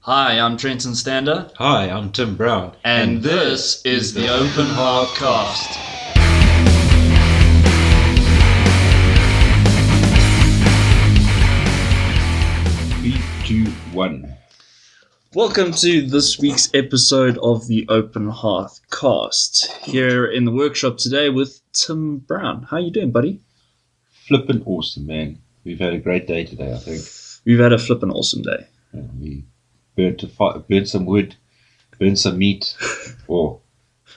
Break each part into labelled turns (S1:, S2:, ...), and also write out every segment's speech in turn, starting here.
S1: Hi, I'm Trenton Stander,
S2: Hi, I'm Tim Brown.
S1: and this is the Open Heart Cast.
S2: B21.
S1: Welcome to this week's episode of the Open Hearth Cast. Here in the workshop today with Tim Brown. How you doing, buddy?
S2: Flippin' awesome, man. We've had a great day today, I think.
S1: We've had a flippin' awesome day.
S2: Uh, we burnt, a fi- burnt some wood, burnt some meat, or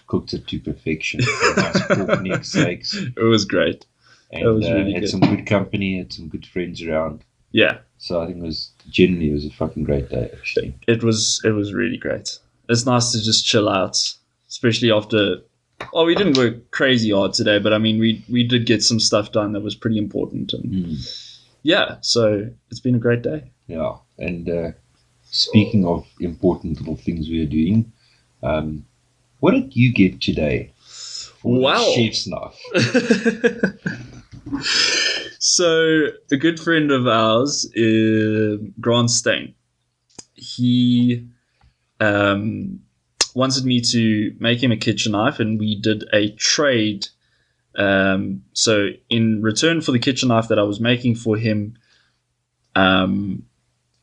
S2: cooked it to perfection. nice pork neck steaks.
S1: It was great.
S2: And
S1: was
S2: uh,
S1: really
S2: had
S1: good.
S2: some good company, had some good friends around.
S1: Yeah,
S2: So I think it was generally it was a fucking great day, actually.
S1: it was it was really great. It's nice to just chill out, especially after. Well, we didn't work crazy hard today, but I mean, we we did get some stuff done that was pretty important, and
S2: Mm,
S1: yeah, so it's been a great day.
S2: yeah. And uh, speaking of important little things we are doing, um, what did you get today? for the
S1: Wow.
S2: Chef's knife.
S1: so a good friend of ours is grant stain he um, wanted me to make him a kitchen knife and we did a trade um, so in return for the kitchen knife that i was making for him um,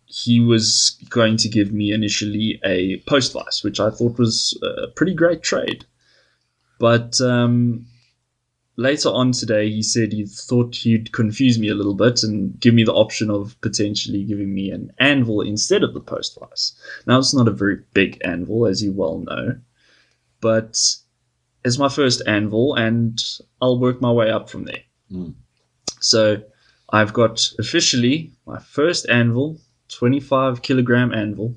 S1: he was going to give me initially a post vice which i thought was a pretty great trade but um, later on today, he said he thought he'd confuse me a little bit and give me the option of potentially giving me an anvil instead of the post vice. Now, it's not a very big anvil, as you well know, but it's my first anvil, and I'll work my way up from there.
S2: Mm.
S1: So, I've got officially my first anvil, 25 kilogram anvil,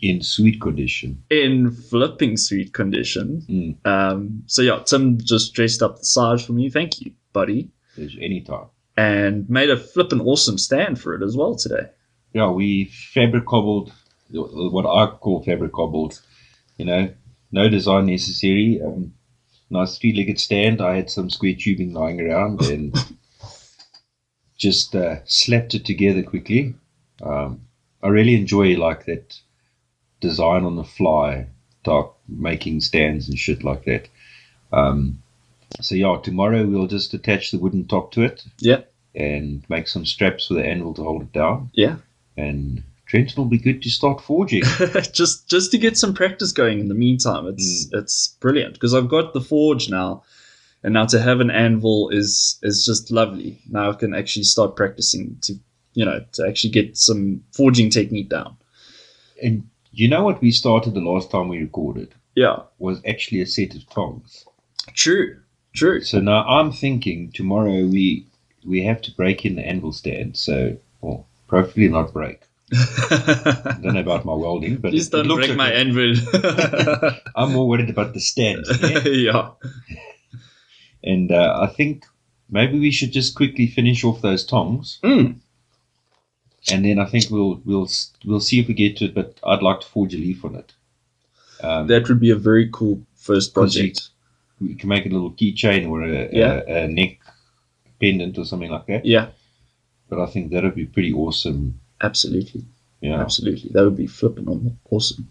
S2: in sweet condition.
S1: in flipping sweet condition.
S2: Mm.
S1: Um, so, yeah, Tim just dressed up the size for me. Thank you, buddy.
S2: There's any time.
S1: and made a flippin' awesome stand for it as well today.
S2: Yeah, we fabric cobbled, what I call fabric cobbled. You know, no design necessary. Um, nice three-legged stand. I had some square tubing lying around and just uh, slapped it together quickly. Um, I really enjoy like that design on the fly type making stands and shit like that. Um, so yeah, tomorrow we'll just attach the wooden top to it.
S1: Yeah.
S2: And make some straps for the anvil to hold it down.
S1: Yeah.
S2: And Trenton will be good to start forging.
S1: just just to get some practice going in the meantime. It's it's brilliant because I've got the forge now, and now to have an anvil is is just lovely. Now I can actually start practicing to you know to actually get some forging technique down.
S2: and you know what we started the last time we recorded
S1: Yeah,
S2: was actually a set of tongs.
S1: true, true.
S2: So now I'm thinking tomorrow we we have to break in the anvil stand. So well, hopefully not break. I don't know about my welding, but
S1: Please
S2: it- it
S1: don't
S2: looks
S1: break my
S2: okay.
S1: anvil.
S2: I'm more worried about the stand. yeah?
S1: yeah,
S2: and uh, I think maybe we should just quickly finish off those tongs,
S1: Mm.
S2: and then I think we'll we'll s- we'll see if we get to it. But I'd like to forge a leaf on it. Um,
S1: that would be a very cool first project.
S2: we can make a little keychain or a,
S1: Yeah.
S2: a, a neck pendant or something like that.
S1: Yeah,
S2: But I think that would be pretty awesome.
S1: absolutely.
S2: Yeah.
S1: absolutely that would be flipping awesome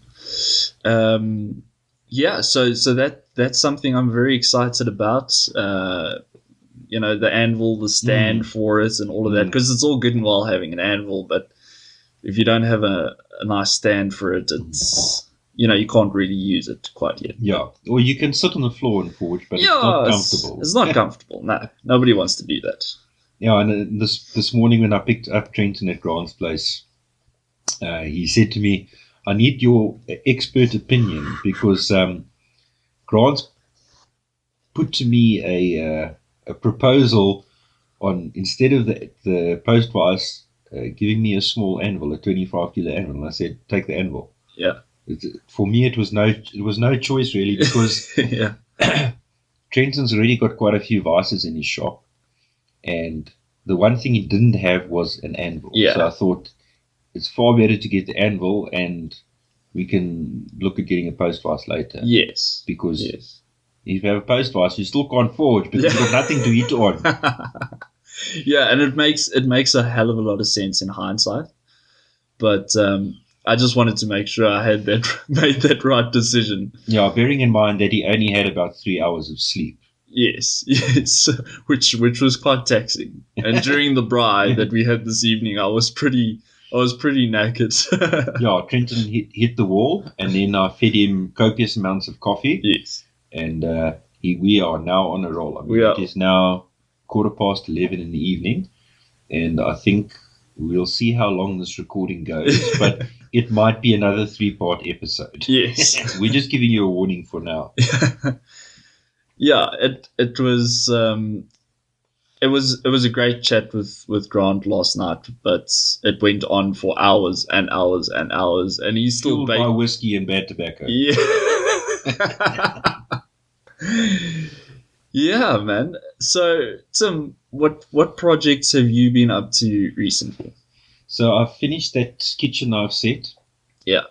S1: um yeah so so that that's something i'm very excited about uh you know the anvil the stand for it and all of that
S2: Mm.
S1: because it's all good and well having an anvil but if you don't have a, a nice stand for it
S2: Mm.
S1: it's you know you can't really use it quite yet
S2: Yeah. Or you can sit on the floor and forge, but it's not
S1: it's-
S2: comfortable.
S1: it's not comfortable no nobody wants to do that
S2: Yeah, and uh, this this morning when I picked up Trenton at Grant's place, uh, he said to me, "I need your uh, expert opinion because um, Grant's put to me a uh, a proposal on instead of the the post vice uh, giving me a small anvil, a twenty five kilo anvil." And I said, "Take the anvil."
S1: Yeah.
S2: It- For me, it was no it was no choice really because
S1: yeah
S2: Trenton's already got quite a few vices in his shop, and the one thing he didn't have was an anvil.
S1: Yeah.
S2: So I thought it's far better to get the anvil, and we can look at getting a post vice later.
S1: yes
S2: Because
S1: yes
S2: if you have a post vice, you still can't forge because
S1: Yeah.
S2: you've got nothing to eat on.
S1: yeah, and it makes it makes a hell of a lot of sense in hindsight. But um, I just wanted to make sure I had that made that right decision.
S2: Yeah, bearing in mind that he only had about three hours of sleep.
S1: Yes, yes, which which was quite taxing. And during the braai that we had this evening, I was pretty I was pretty knackered.
S2: Yeah, Trenton hit, hit the wall, and then I fed him copious amounts of coffee,
S1: yes,
S2: and uh, he, we are now on a roll. I mean,
S1: We are.
S2: it is now quarter past 11 in the evening, and I think we'll see how long this recording goes, but it might be another three part episode.
S1: yes.
S2: We're just giving you a warning for now.
S1: yeah it it was um it was it was a great chat with with grant last night but it went on for hours and hours and hours and he's still
S2: Fueled by
S1: ba-
S2: whiskey and bad tobacco.
S1: yeah yeah man so tim what what projects have you been up to recently
S2: So I finished that kitchen knife set.
S1: Yeah.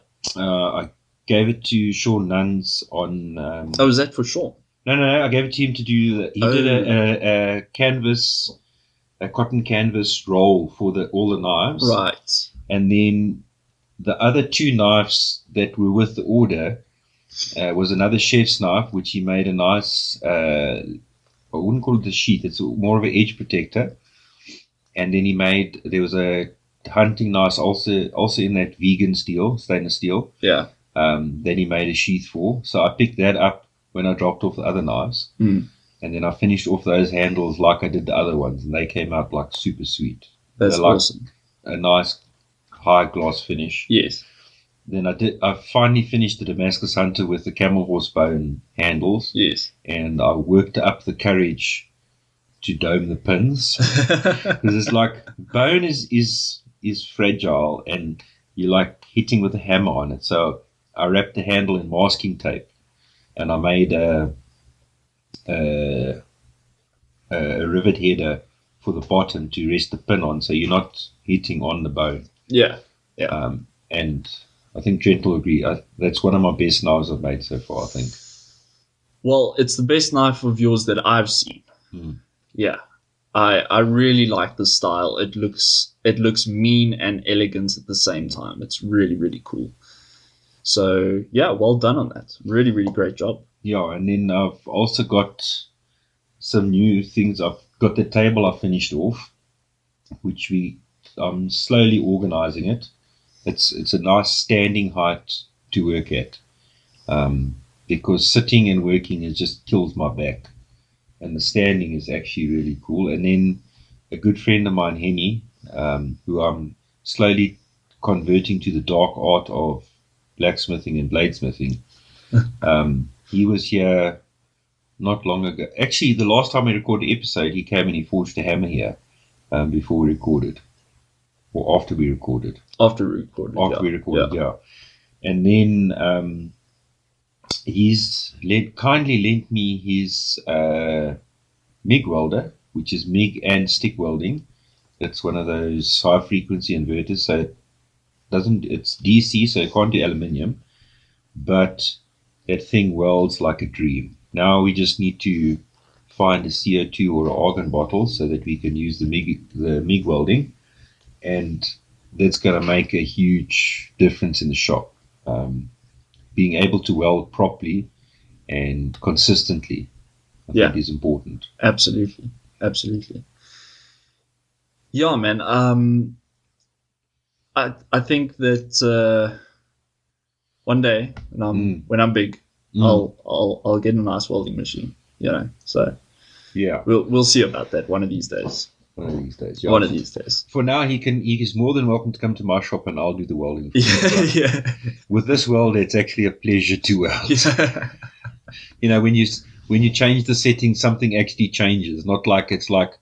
S2: Uh, I gave it to Sean Nuns on. Um,
S1: oh is that for sure
S2: No, no, no. I gave it to him to do. The, he
S1: Oh.
S2: did a, a, a canvas, a cotton canvas roll for the all the knives,
S1: right
S2: and then the other two knives that were with the order uh, was another chef's knife, which he made a nice. Uh, I wouldn't call it a sheath. It's more of an edge protector, and then he made there was a hunting knife also also in that vegan steel, stainless steel.
S1: yeah
S2: Um, then he made a sheath for. So I picked that up when I dropped off the other knives.
S1: Mm.
S2: And then I finished off those handles like I did the other ones. And they came out like super sweet.
S1: that's
S2: I like-
S1: awesome
S2: A nice high glass finish.
S1: yes
S2: Then I did. I finally finished the Damascus Hunter with the camel horse bone handles.
S1: yes
S2: And I worked up the courage to dome the pins. because it's like bone is is is fragile and you like hitting with a hammer on it. So I wrapped the handle in masking tape, and I made a a, a rivet header for the bottom to rest the pin on, so you're not hitting on the bone.
S1: yeah
S2: Um, and I think Trent will agree. I, that's one of my best knives I've made so far. I think.
S1: Well, it's the best knife of yours that I've seen.
S2: Hmm.
S1: Yeah, I I really like the style. It looks it looks mean and elegant at the same time. It's really really cool. So yeah, well done on that. Really really great job.
S2: Yeah, and then I've also got some new things. I've got the table I finished off, which we I'm slowly organising it. It's it's a nice standing height to work at, um, because sitting and working it just kills my back, and the standing is actually really cool. And then a good friend of mine, Henny, um, who I'm slowly converting to the dark art of blacksmithing and bladesmithing. Um, he was here not long ago. Actually, the last time we recorded the episode, he came and he forged a hammer here um, before we recorded, or after we recorded.
S1: After we recorded.
S2: After
S1: yeah.
S2: we recorded, yeah. And then um, he's lent, kindly lent me his uh, MIG welder, which is MIG and stick welding. It's one of those high frequency inverters, so it doesn't it's DC, so it can't do aluminium, but that thing welds like a dream. Now we just need to find a CO2 or an argon bottle so that we can use the MIG, the MIG welding, and that's going to make a huge difference in the shop. Um, being able to weld properly and consistently, I
S1: Yeah.
S2: think, is important.
S1: Absolutely, absolutely. Yeah, man. Um, I I think that uh, one day when I'm
S2: Mm.
S1: when I'm big,
S2: Mm.
S1: I'll I'll I'll get a nice welding machine. You know, so
S2: Yeah,
S1: we'll we'll see about that one of these days.
S2: one of these days. Yeah.
S1: One of these days.
S2: For now, he can. He is more than welcome to come to my shop, and I'll do the welding. for
S1: Yeah,
S2: him.
S1: yeah,
S2: With this welder, it's actually a pleasure to weld.
S1: yeah.
S2: You know, when you s- when you change the setting, something actually changes. Not like it's like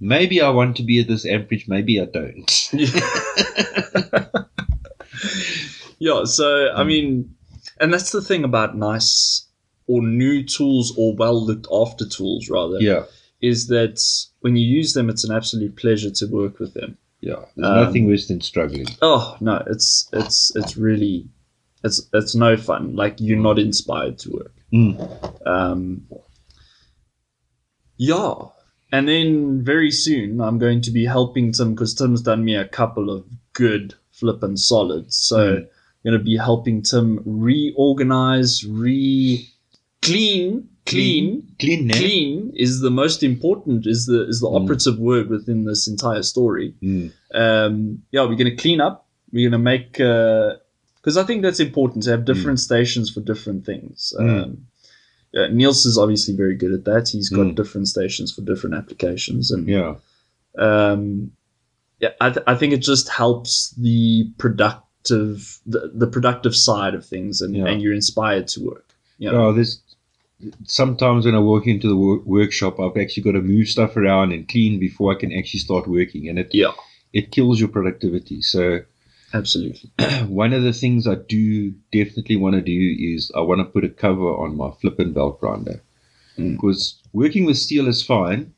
S2: maybe I want to be at this amperage, maybe I don't.
S1: yeah. So I
S2: Mm.
S1: mean, and that's the thing about nice or new tools or well looked after tools rather
S2: Yeah,
S1: is that when you use them, it's an absolute pleasure to work with them.
S2: yeah. There's
S1: Um,
S2: nothing worse than struggling.
S1: Oh no, it's it's it's really it's it's no fun. Like you're not inspired to work.
S2: Mm.
S1: Um, yeah. And then very soon, I'm going to be helping Tim because Tim's done me a couple of good flippin' solid. So going to be helping Tim reorganize, re clean, clean,
S2: Clean, eh? ne?
S1: clean is the most important is the is the
S2: Mm.
S1: operative word within this entire story.
S2: Mm.
S1: Um, yeah, we're going to clean up. We're going to make because I think that's important to have different stations for different things.
S2: Mm.
S1: Um, yeah, Niels is obviously very good at that. He's got
S2: Mm.
S1: different stations for different applications, and
S2: Yeah.
S1: um, yeah, I, th- I think it just helps the productive the, the productive side of things, and,
S2: Yeah.
S1: and you're inspired to work. You know?
S2: Oh, this. Sometimes when I walk into the wor- workshop, I've actually got to move stuff around and clean before I can actually start working, and it
S1: Yeah,
S2: it kills your productivity. So
S1: absolutely.
S2: one of the things I do definitely want to do is I want to put a cover on my flippin' belt grinder
S1: Mm.
S2: because working with steel is fine,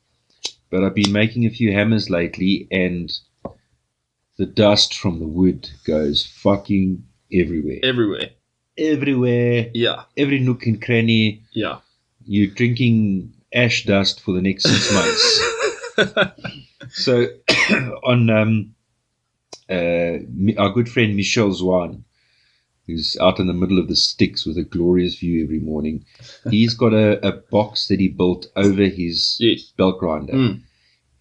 S2: but I've been making a few hammers lately, and the dust from the wood goes fucking everywhere,
S1: Everywhere.
S2: everywhere,
S1: Yeah,
S2: every nook and cranny.
S1: yeah.
S2: you're drinking ash dust for the next six months. So, on um, uh, Mi- our good friend Michel Zwan, who's out in the middle of the sticks with a glorious view every morning, he's got a, a box that he built over his
S1: yes.
S2: belt grinder,
S1: Mm.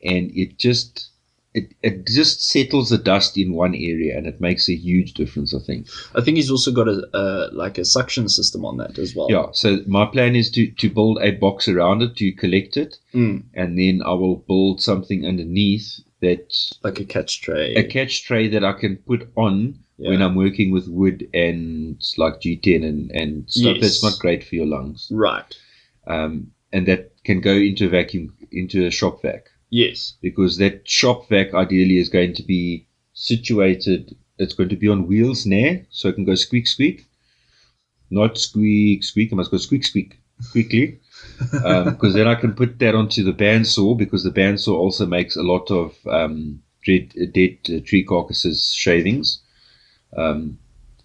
S2: and it just it, it just settles the dust in one area, and it makes a huge difference. I think.
S1: I think he's also got a uh, like a suction system on that as well.
S2: Yeah. So my plan is to to build a box around it to collect it,
S1: Mm,
S2: and then I will build something underneath that
S1: like a catch tray.
S2: a catch tray that I can put on
S1: Yeah.
S2: when I'm working with wood and like G10 and, and stuff that's
S1: Yes.
S2: not great for your lungs.
S1: right.
S2: Um, and that can go into a vacuum, into a shop vac,
S1: Yes.
S2: because that shop vac ideally is going to be situated, it's going to be on wheels now, so it can go squeak, squeak. Not squeak, squeak, I must go squeak, squeak quickly. Because then I can put that onto the bandsaw, because the bandsaw also makes a lot of um, dead, dead uh, tree carcasses shavings. Um,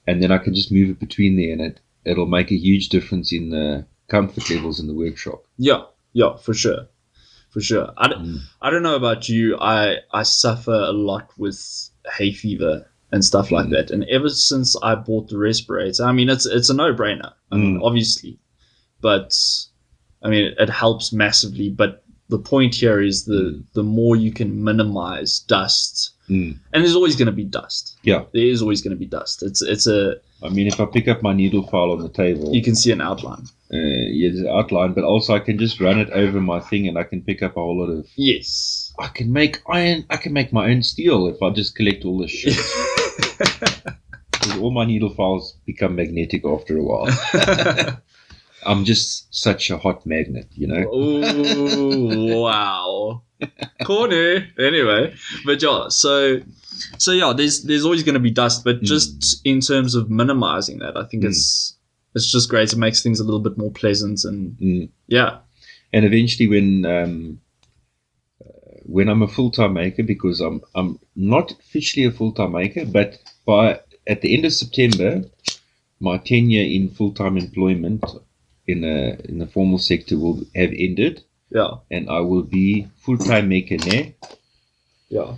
S2: and then I can just move it between there, and it, it'll make a huge difference in the comfort levels in the workshop.
S1: Yeah. Yeah. For sure. For sure. I, d-
S2: Mm.
S1: I don't know about you. I I suffer a lot with hay fever and stuff like
S2: Mm.
S1: that. And ever since I bought the respirator, I mean, it's it's a no brainer. I
S2: Mm.
S1: mean, obviously, but I mean, it helps massively. But the point here is the
S2: Mm.
S1: the more you can minimize dust,
S2: Mm.
S1: and there's always going to be dust.
S2: Yeah.
S1: there is always going to be dust. It's it's a
S2: I mean, if I pick up my needle file on the table,
S1: you can see an outline.
S2: uh, yeah, there's an outline, but also I can just run it over my thing, and I can pick up a whole lot of.
S1: Yes.
S2: I can make iron. I can make my own steel if I just collect all this shit. Because all my needle files become magnetic after a while. I'm just such a hot magnet, you know.
S1: oh wow corner anyway but yeah so so yeah there's there's always going to be dust but
S2: Mm.
S1: just in terms of minimizing that i think it's it's just great it makes things a little bit more pleasant and
S2: Mm.
S1: yeah
S2: And eventually, when um, uh, when I'm a full time maker, because I'm I'm not officially a full time maker, but by at the end of September, my tenure in full time employment in the in the formal sector will have ended,
S1: yeah
S2: and I will be full time maker now.
S1: yeah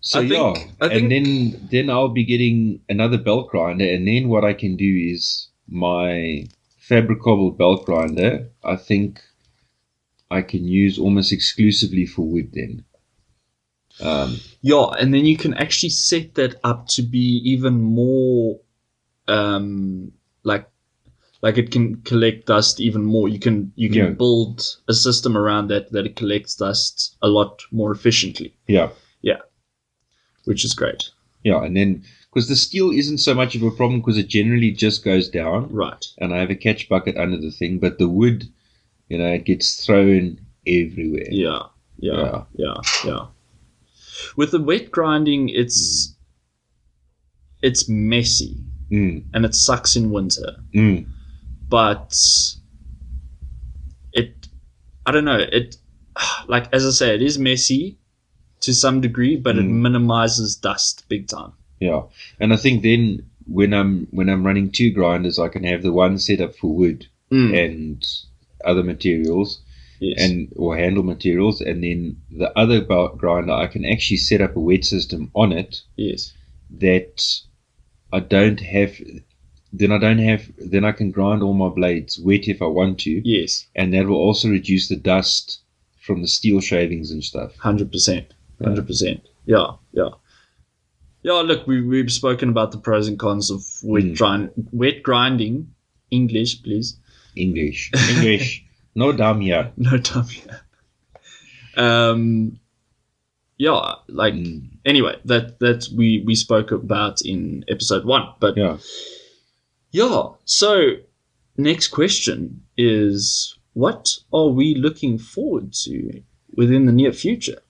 S2: So
S1: I
S2: yeah,
S1: think- I
S2: and
S1: think-
S2: then then I'll be getting another belt grinder, and then what I can do is my fabric cobbled belt grinder. I think I can use almost exclusively for wood then. Um,
S1: yeah and then you can actually set that up to be even more um like like it can collect dust even more you can you can
S2: Yeah.
S1: build a system around that that it collects dust a lot more efficiently
S2: yeah,
S1: which is great.
S2: yeah, and then because the steel isn't so much of a problem because it generally just goes down,
S1: Right.
S2: and I have a catch bucket under the thing, but the wood, you know, it gets thrown everywhere.
S1: Yeah. Yeah.
S2: Yeah.
S1: Yeah. Yeah. With the wet grinding, it's it's messy
S2: Mm,
S1: and it sucks in winter,
S2: mm,
S1: but it I don't know it like as I say it is messy to some degree, but it
S2: Mm.
S1: minimizes dust big time.
S2: Yeah, and I think then when I'm when I'm running two grinders, I can have the one set up for wood
S1: Mm.
S2: and other materials
S1: Yes.
S2: and or handle materials, and then the other bo- grinder I can actually set up a wet system on it,
S1: yes.
S2: that I don't have, then I don't have, then I can grind all my blades wet if I want to,
S1: Yes,
S2: and that will also reduce the dust from the steel shavings and stuff.
S1: hundred percent, hundred percent. Yeah, yeah, yeah. Look, we we've spoken about the pros and cons of wet
S2: Mm.
S1: grind, wet grinding. English, please.
S2: English, English, no dumb here.
S1: No time here. Um, yeah, like
S2: Mm,
S1: anyway, that that we we spoke about in episode one, but
S2: Yeah,
S1: Yeah. So, next question is what are we looking forward to within the near future?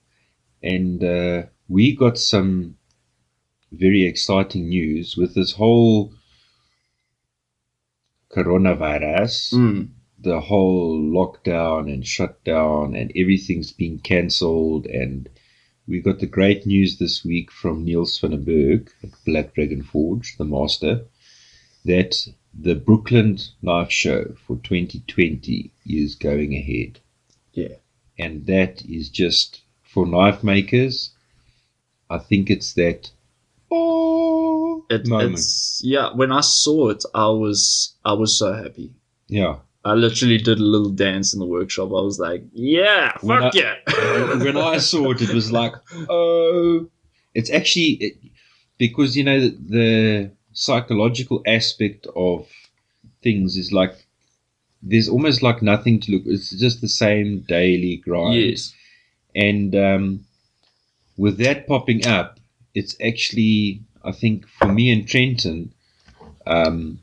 S2: and uh, we got some very exciting news with this whole coronavirus.
S1: Mm.
S2: the whole lockdown and shutdown and everything's been cancelled and we got the great news this week from Neil Svinneberg at Black Dragon Forge, the master, that the Brooklyn Live Show for 2020 is going ahead.
S1: Yeah.
S2: And that is just for knife makers. I think it's that oh
S1: It,
S2: moment.
S1: it's yeah. When I saw it, I was I was so happy.
S2: yeah.
S1: I literally did a little dance in the workshop. I was like, yeah,
S2: When
S1: fuck yeah.
S2: when I saw it, it was like, oh, it's actually it, because you know the, the psychological aspect of things is like there's almost like nothing to look. It's just the same daily grind,
S1: yes.
S2: and um, with that popping up, it's actually I think for me and Trenton. Um,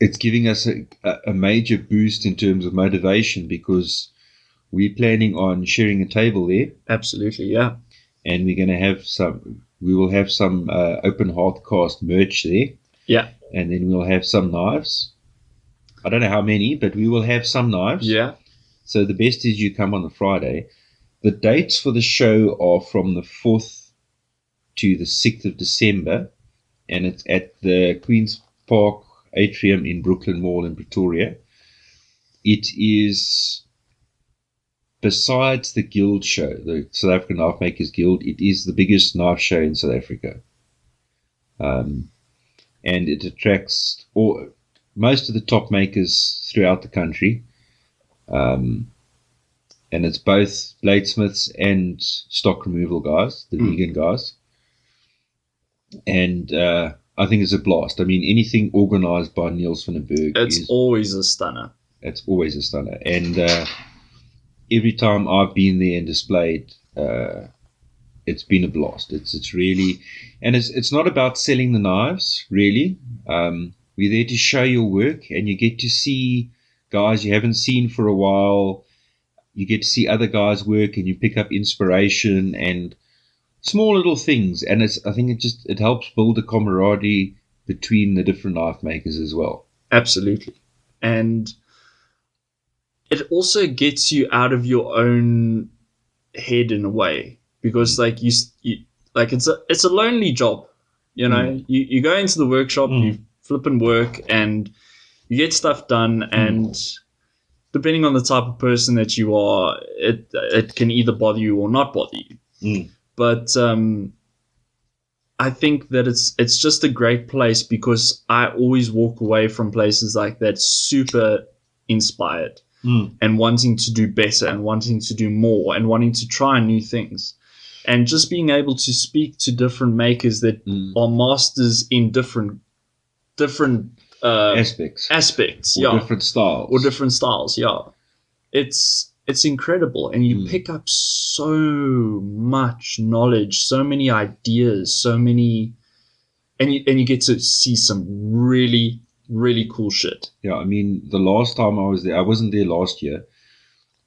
S2: it's giving us a, a- a major boost in terms of motivation because we're planning on sharing a table there
S1: Absolutely. Yeah.
S2: and we're going to have some we will have some uh, open hearth cast merch there
S1: Yeah.
S2: and then we'll have some knives i don't know how many but we will have some knives
S1: Yeah.
S2: so the best is you come on the friday the dates for the show are from the 4th to the 6th of december and it's at the queen's park atrium in brooklyn mall in pretoria it is besides the guild show, the South African Knife Makers Guild, it is the biggest knife show in South Africa. Um, and it attracts all, most of the top makers throughout the country. Um, and it's both bladesmiths and stock removal guys, the
S1: Mm.
S2: vegan guys. And uh, I think it's a blast. I mean, anything organized by Niels van den Berg
S1: It's
S2: is
S1: always a stunner.
S2: it's always a stunner. And uh, every time I've been there and displayed, uh, it's been a blast. It's it's really, and it's it's not about selling the knives really. Um, we're there to show your work, and you get to see guys you haven't seen for a while. You get to see other guys' work, and you pick up inspiration and small little things. And it's I think it just it helps build a camaraderie between the different knife makers as well.
S1: Absolutely. And it also gets you out of your own head in a way
S2: Mm.
S1: because like you, s- you like it's a it's a lonely job, you know. You you go into the workshop,
S2: Mm.
S1: you flip and work and you get stuff done and depending on the type of person that you are, it it can either bother you or not bother you.
S2: Mm.
S1: But um I think that it's it's just a great place because I always walk away from places like that super inspired and wanting to do better and wanting to do more and wanting to try new things. And just being able to speak to different makers that
S2: Mm.
S1: are masters in different different uh,
S2: Aspects.
S1: aspects.
S2: or
S1: yeah
S2: different styles
S1: or different styles. Yeah, it's it's incredible, and you
S2: Mm.
S1: pick up so much knowledge, so many ideas, so many, and you, and you get to see some really really cool shit.
S2: yeah i mean the last time i was there i wasn't there last year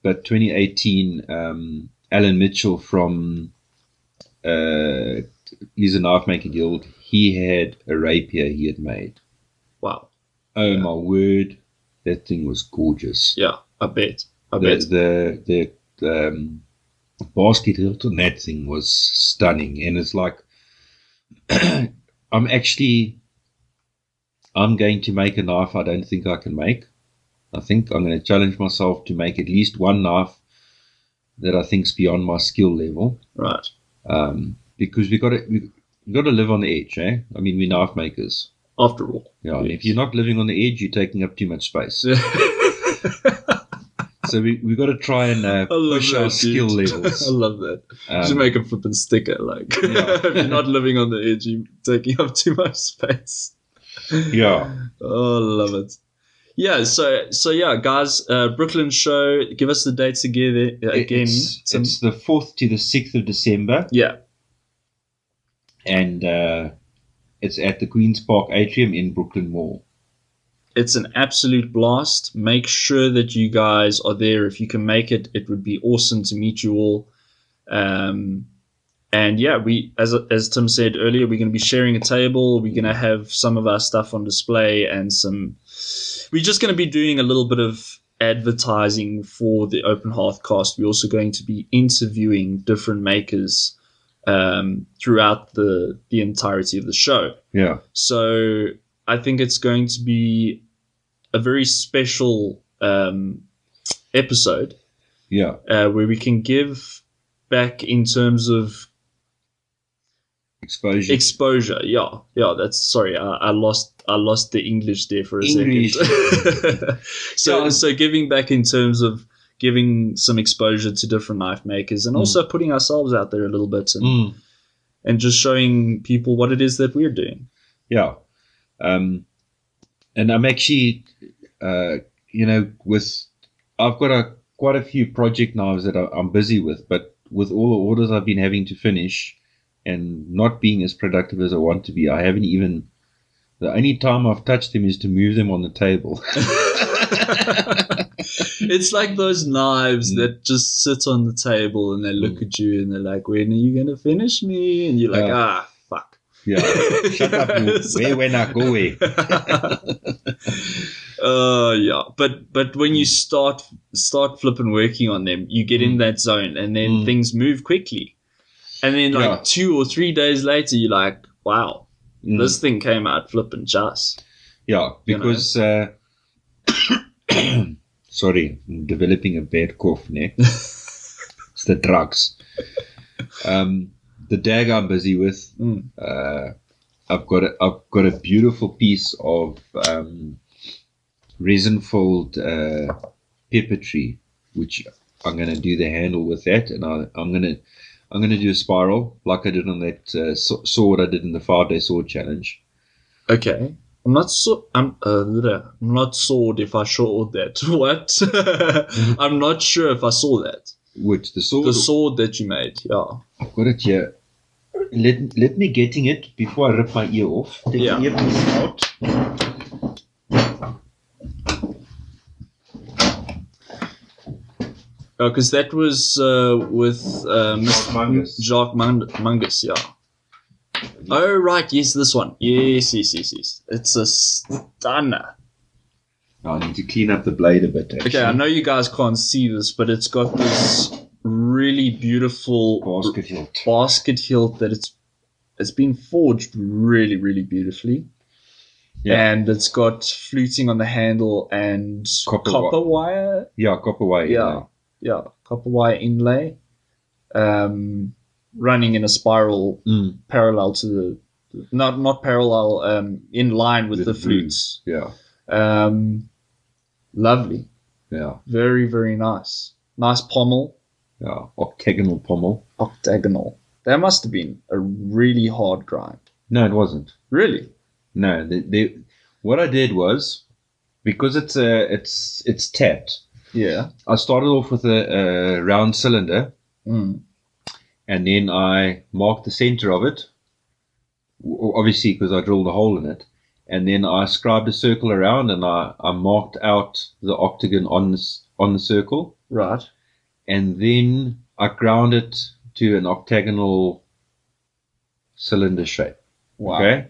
S2: but 2018 um alan mitchell from uh he's a knife maker guild he had a rapier he had made
S1: Wow.
S2: oh
S1: Yeah.
S2: my word that thing was gorgeous
S1: Yeah, I bet. I bet.
S2: the the, the um, basket hilt on that thing was stunning, and it's like I'm actually I'm going to make a knife I don't think I can make. I think I'm going to challenge myself to make at least one knife that I think's beyond my skill level
S1: Right.
S2: um, because we got to we, you got to live on the edge, eh? I mean, we're knife makers.
S1: After all.
S2: Yeah, and if
S1: Yes.
S2: you're not living on the edge, you're taking up too much space.
S1: I
S2: so we we got to try and uh,
S1: love
S2: push
S1: that,
S2: our skill
S1: dude. I
S2: levels.
S1: love that. Just
S2: Um,
S1: make a flipping sticker. Like,
S2: Yeah.
S1: if you're not living on the edge, you're taking up too much space.
S2: yeah,
S1: Oh, love it. Yeah, so so yeah, guys, uh, Brooklyn show. Give us the dates again. Again,
S2: it's,
S1: Some-
S2: it's the fourth to the sixth of December,
S1: yeah,
S2: and uh, it's at the Queens Park Atrium in Brooklyn Mall.
S1: it's an absolute blast. Make sure that you guys are there. If you can make it, it would be awesome to meet you all. Um, and yeah, we as as Tim said earlier, we're going to be sharing a table. We're going to have some of our stuff on display and some. We're just going to be doing a little bit of advertising for the Open Hearth cast. We're also going to be interviewing different makers um, throughout the the entirety of the show.
S2: Yeah,
S1: So I think it's going to be a very special um, episode
S2: yeah,
S1: uh, where we can give back in terms of
S2: exposure.
S1: exposure. Yeah, yeah. That's sorry. I, I lost. I lost the English there for a
S2: English.
S1: second. so
S2: Yeah.
S1: so giving back in terms of giving some exposure to different knife makers and
S2: Mm.
S1: also putting ourselves out there a little bit and,
S2: Mm.
S1: and just showing people what it is that we're doing.
S2: Yeah. Um, and I'm actually, uh, you know, with I've got a quite a few project knives that I, I'm busy with, but with all the orders I've been having to finish and not being as productive as I want to be, I haven't even. The only time I've touched them is to move them on the table.
S1: it's like those knives
S2: Mm.
S1: that just sit on the table and they look at you and they're like, "When are you gonna finish me?" And you're like,
S2: Yeah.
S1: "Ah, fuck."
S2: yeah. Shut up, you. Where when I go eh? away.
S1: uh yeah but but when you start start flipping working on them you get in
S2: Mm.
S1: that zone and then
S2: Mm.
S1: things move quickly and then like
S2: Yeah. Mm.
S1: two or three days later you're like wow this thing came out flipping just
S2: Yeah,
S1: You know?
S2: because uh, sorry, I'm developing a bad cough. Ne? it's the drugs. Um, the dag I'm busy with.
S1: Mm.
S2: Uh, I've got a, I've got a beautiful piece of um, resin filled uh, pepper tree, which I'm going to do the handle with that, and I, I'm going to I'm going to do a spiral like I did on that uh, saw- sword I did in the five day sword challenge.
S1: okay i'm not so i'm uh bleh. i'm not sold if i saw that what i'm not sure if i saw that
S2: Which the sword
S1: the sword that you made yeah
S2: I've got it here. Let, let me getting it before I rip my ear off. Take
S1: Yeah.
S2: the earpiece out.
S1: because that was uh, with uh, Mr.
S2: Mungus.
S1: Jacques Mung- Mungus, yeah. Oh right, yes, this one. Yes, yes, yes, yes. It's a stunner.
S2: Now I need to clean up the blade a bit. eh. Actually.
S1: Okay, I know you guys can't see this, but it's got this really beautiful
S2: Basket hilt.
S1: basket hilt that it's it's been forged really, really beautifully.
S2: Yeah.
S1: And it's got fluting on the handle and
S2: Copper
S1: copper wire
S2: Yeah, copper wire.
S1: Yeah. yeah, copper wire inlay, um, running in a spiral
S2: Yeah. Mm,
S1: parallel to the, not not parallel, um, in line with
S2: With
S1: the
S2: the blue.
S1: flutes.
S2: yeah.
S1: Um, lovely,
S2: Yeah.
S1: very very nice, nice pommel,
S2: Yeah. Octagonal pommel.
S1: octagonal. That must have been a really hard grind.
S2: No, it wasn't.
S1: Really,
S2: No, the, the, what I did was because it's uh, it's it's tapped.
S1: yeah.
S2: I started off with a, a round cylinder.
S1: Mm.
S2: and then I marked the center of it, w- obviously because I drilled a hole in it, and then I scribed a circle around and I, I marked out the octagon on the, s- on the circle,
S1: Right.
S2: and then I ground it to an octagonal cylinder shape.
S1: Wow.
S2: Okay.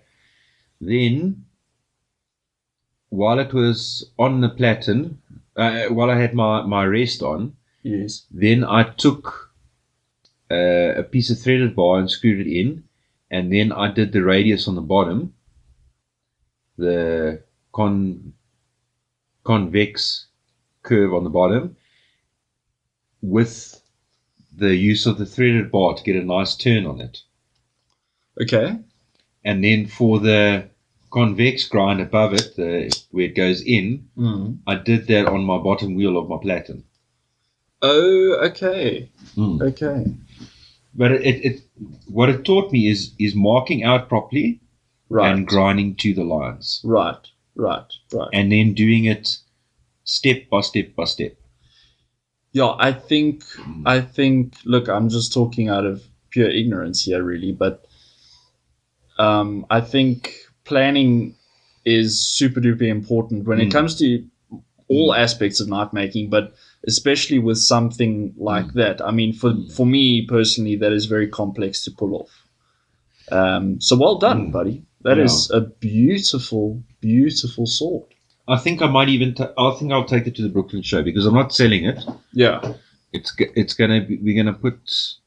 S2: Then, while it was on the platen, uh, while I had my, my rest on,
S1: Yes.
S2: then I took uh, a piece of threaded bar and screwed it in, and then I did the radius on the bottom, the con convex curve on the bottom, with the use of the threaded bar to get a nice turn on it.
S1: Okay.
S2: and then for the convex grind above it, the, where it goes in,
S1: Mm.
S2: I did that on my bottom wheel of my platen.
S1: Oh, okay. Okay.
S2: But it, it, it what it taught me is is marking out properly
S1: Right.
S2: and grinding to the lines,
S1: right. Right. Right.
S2: and then doing it step by step by step.
S1: Yeah, I think I think look, I'm just talking out of pure ignorance here really, but um, I think planning is super duper important when it
S2: Mm.
S1: comes to all aspects of knife making, but especially with something like that. I mean, for
S2: Mm.
S1: for me personally, that is very complex to pull off. Um, so well done,
S2: Mm.
S1: buddy. That is a beautiful, beautiful sword.
S2: I think I might even. ta- I think I'll take it to the Brooklyn show because I'm not selling it.
S1: Yeah.
S2: It's g- it's gonna be, we're gonna put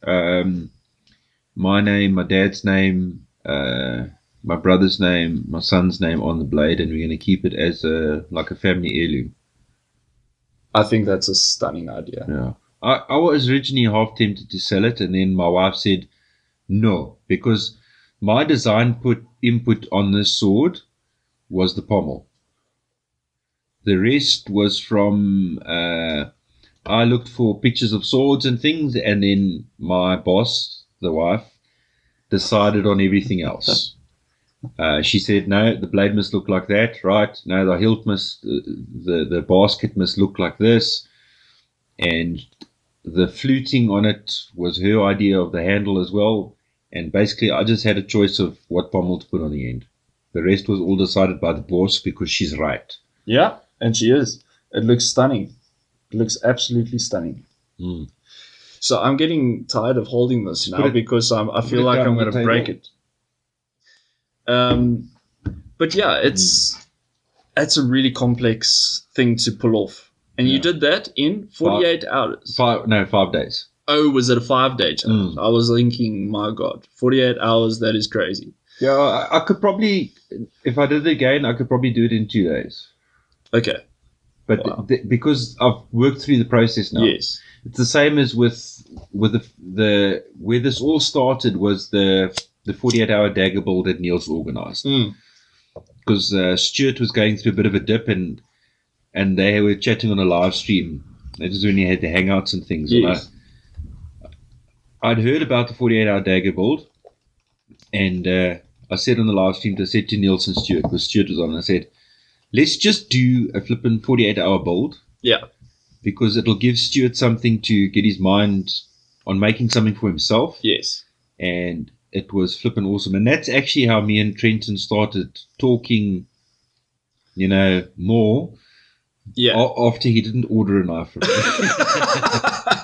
S2: um, my name, my dad's name, uh, my brother's name, my son's name on the blade, and we're gonna keep it as a like a family heirloom.
S1: I think that's a stunning idea.
S2: Yeah. I, I was originally half tempted to sell it, and then my wife said no because my design put input on this sword was the pommel. The rest was from uh, I looked for pictures of swords and things, and then my boss, the wife, decided on everything else. Uh, she said, "No, the blade must look like that, right? No, the hilt must, uh, the the basket must look like this." And the fluting on it was her idea of the handle as well. And basically, I just had a choice of what pommel to put on the end. The rest was all decided by the boss because she's right.
S1: Yeah, and she is. It looks stunning. It looks absolutely stunning.
S2: Mm.
S1: So I'm getting tired of holding this now
S2: Put it-
S1: because I'm, I feel
S2: it
S1: like
S2: down
S1: I'm
S2: on
S1: going
S2: the
S1: to break it. Um, but yeah, it's it's a really complex thing to pull off, and you
S2: Yeah.
S1: did that in 48 hours.
S2: Five, no, five days.
S1: Oh, was it a five day challenge?
S2: Mm.
S1: I was thinking, my god, 48 hours. That is crazy.
S2: Yeah, I, I could probably, if I did it again, I could probably do it in two days.
S1: Okay.
S2: But
S1: Wow.
S2: th- because I've worked through the process now,
S1: Yes.
S2: it's the same as with with the, the where this all started was the the forty eight hour dagger ball that Niels organised
S1: Mm.
S2: because uh, Stuart was going through a bit of a dip and and they were chatting on a live stream. That was when you had the hangouts and things. and
S1: Yes.
S2: I, I'd heard about the 48 hour dagger build, and uh, I said on the live stream, I said to Nielsen Stewart, because Stewart was on, I said, let's just do a flippin' 48 hour build
S1: Yeah.
S2: because it'll give Stewart something to get his mind on making something for himself
S1: Yes.
S2: and it was flippin' awesome. And that's actually how me and Trenton started talking, you know, more
S1: Yeah.
S2: a- after he didn't order a knife from me.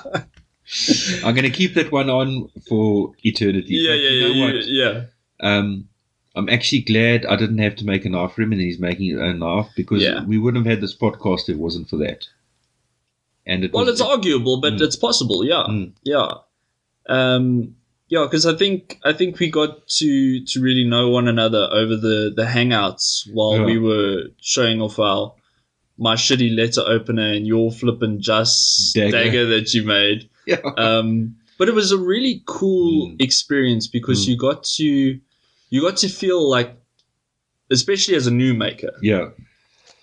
S2: I'm going to keep that one on for eternity.
S1: yeah. Yeah.
S2: But you know
S1: Yeah.
S2: what?
S1: you- Yeah.
S2: Um, I'm actually glad I didn't have to make a knife for him and he's making his own knife because
S1: Yeah.
S2: we wouldn't have had this podcast if it wasn't for that. And it
S1: Well,
S2: was,
S1: it's arguable, but
S2: Mm.
S1: it's possible. Yeah,
S2: Mm.
S1: yeah, um, yeah. Because I think I think we got to to really know one another over the the hangouts while
S2: Yeah.
S1: we were showing off our my shitty letter opener and your flippin' just
S2: Dagger.
S1: dagger. that you made.
S2: Yeah.
S1: Um, but it was a really cool
S2: Mm.
S1: experience because
S2: Mm.
S1: you got to you got to feel like, especially as a new maker,
S2: yeah.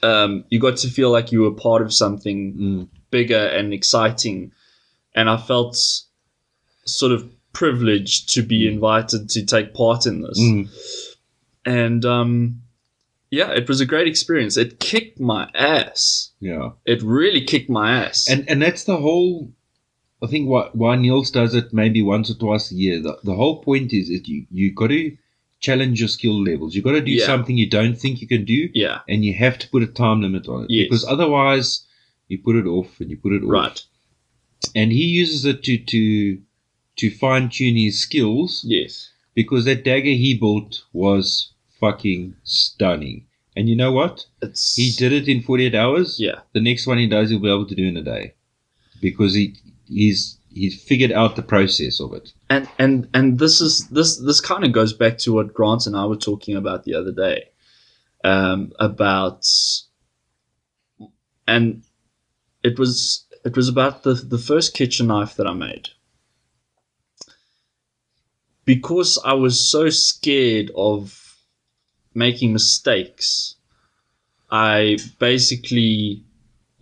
S1: um, you got to feel like you were part of something
S2: Mm,
S1: bigger and exciting. And I felt sort of privileged to be
S2: Mm.
S1: invited to take part in this.
S2: mm.
S1: And um, yeah, it was a great experience. It kicked my ass.
S2: yeah.
S1: It really kicked my ass.
S2: And and that's the whole. I think why why Niels does it maybe once or twice a year. The, the whole point is is you you got to challenge your skill levels. You got to do
S1: Yeah.
S2: something you don't think you can do,
S1: yeah,
S2: and you have to put a time limit on it
S1: Yes.
S2: because otherwise you put it off and you put it off.
S1: right.
S2: And he uses it to to to fine tune his skills
S1: Yes.
S2: because that dagger he built was fucking stunning. And you know what?
S1: It's
S2: He did it in 48 hours.
S1: Yeah.
S2: The next one he does, he'll be able to do in a day because he he's he's figured out the process of it.
S1: And and and this is this this kind of goes back to what Grant and I were talking about the other day um, about and it was it was about the the first kitchen knife that I made because I was so scared of making mistakes, I basically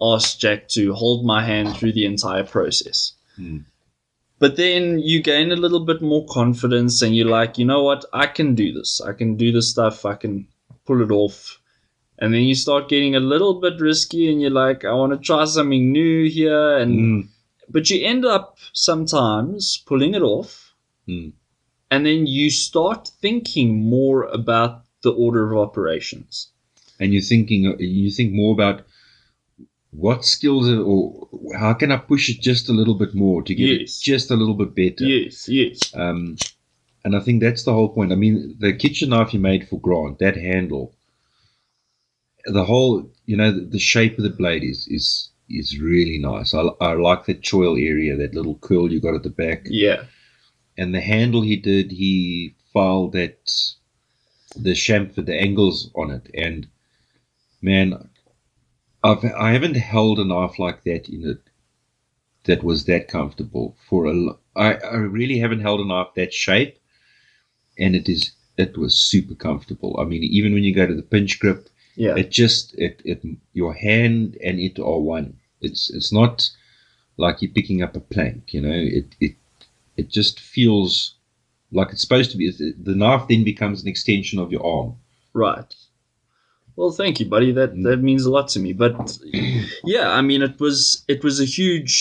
S1: asked Jack to hold my hand through the entire process.
S2: Hmm.
S1: But then you gain a little bit more confidence and you're like, you know what? I can do this. I can do this stuff. I can pull it off. And then you start getting a little bit risky and you're like, I want to try something new here. And
S2: Mm.
S1: but you end up sometimes pulling it off
S2: Hmm.
S1: and then you start thinking more about the order of operations
S2: And you're thinking, you think more about what skills are- or how can I push it just a little bit more to get
S1: Yes.
S2: it just a little bit better.
S1: yes yes
S2: Um, and I think that's the whole point. I mean, the kitchen knife you made for Grant, that handle, the whole, you know, the, the shape of the blade is is is really nice. I, I like that choil area, that little curl you got at the back,
S1: yeah
S2: and the handle he did. He filed that the chamfer, the angles on it, and man, I've I haven't held a knife like that in it that was that comfortable for a. l- I I really haven't held a knife that shape, and it is it was super comfortable. I mean, even when you go to the pinch grip,
S1: yeah
S2: it just it it your hand and it are one. It's it's not like you're picking up a plank. You know, it it it just feels like it's supposed to be. It- The knife then becomes an extension of your arm.
S1: right well thank you buddy that
S2: Mm.
S1: that means a lot to me but yeah i mean it was it was a huge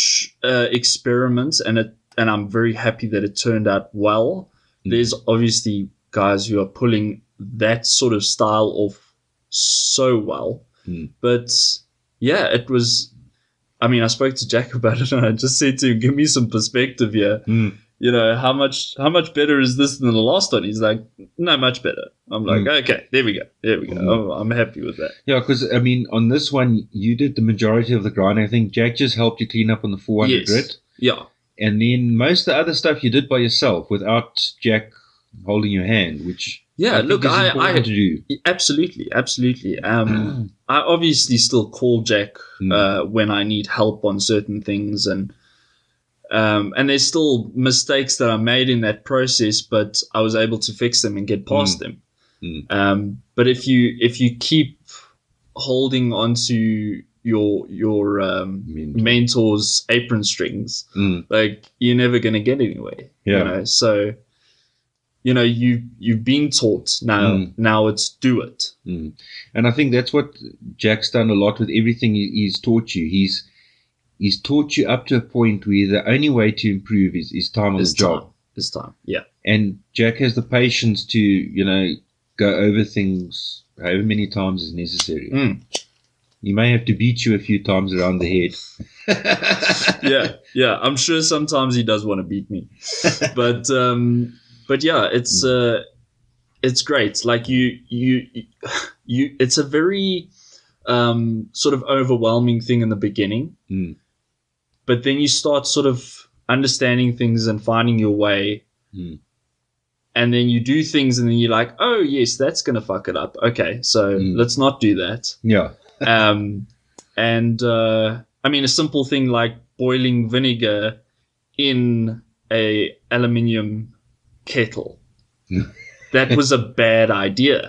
S1: uh, experiment and it and i'm very happy that it turned out well
S2: Mm.
S1: there's obviously guys who are pulling that sort of style off so well
S2: Mm.
S1: but yeah it was i mean i spoke to jack about it and i just said to him give me some perspective here
S2: Mm.
S1: you know how much how much better is this than the last one he's like no much better i'm like okay there we go there we go
S2: Mm.
S1: I'm- i'm happy with that
S2: Yeah, because I mean, on this one, you did the majority of the grind. I think Jack just helped you clean up on the 400
S1: Yes.
S2: grit,
S1: yeah
S2: and then most of the other stuff you did by yourself without Jack holding your hand, which
S1: yeah
S2: think
S1: look
S2: is
S1: i
S2: important
S1: i
S2: to do.
S1: Absolutely, absolutely. Um, I obviously still call Jack
S2: Mm.
S1: uh, when I need help on certain things, and um, and there's still mistakes that I made in that process, but I was able to fix them and get past them.
S2: Mm.
S1: Um, but if you if you keep holding onto your your um,
S2: Mentor.
S1: mentor's apron strings,
S2: Mm.
S1: like you're never going to get anywhere
S2: Yeah.
S1: you know so you know you you've been taught now
S2: Mm.
S1: now it's do it
S2: Mm. And I think that's what Jack's done a lot with everything he- he's taught you. He's he's taught you up to a point where the only way to improve is, is time on
S1: It's
S2: the job.
S1: time it's time yeah
S2: and Jack has the patience to you know go over things however many times is necessary.
S1: Mm.
S2: He may have to beat you a few times around the head.
S1: yeah yeah i'm sure sometimes he does want to beat me but um but yeah it's uh it's great like you you you it's a very um sort of overwhelming thing in the beginning
S2: Mm.
S1: but then you start sort of understanding things and finding your way
S2: Mm.
S1: and then you do things and then you're like oh yes that's gonna fuck it up okay so
S2: Mm.
S1: let's not do that
S2: Yeah.
S1: um, and uh, i mean a simple thing like boiling vinegar in a aluminium kettle that was a bad idea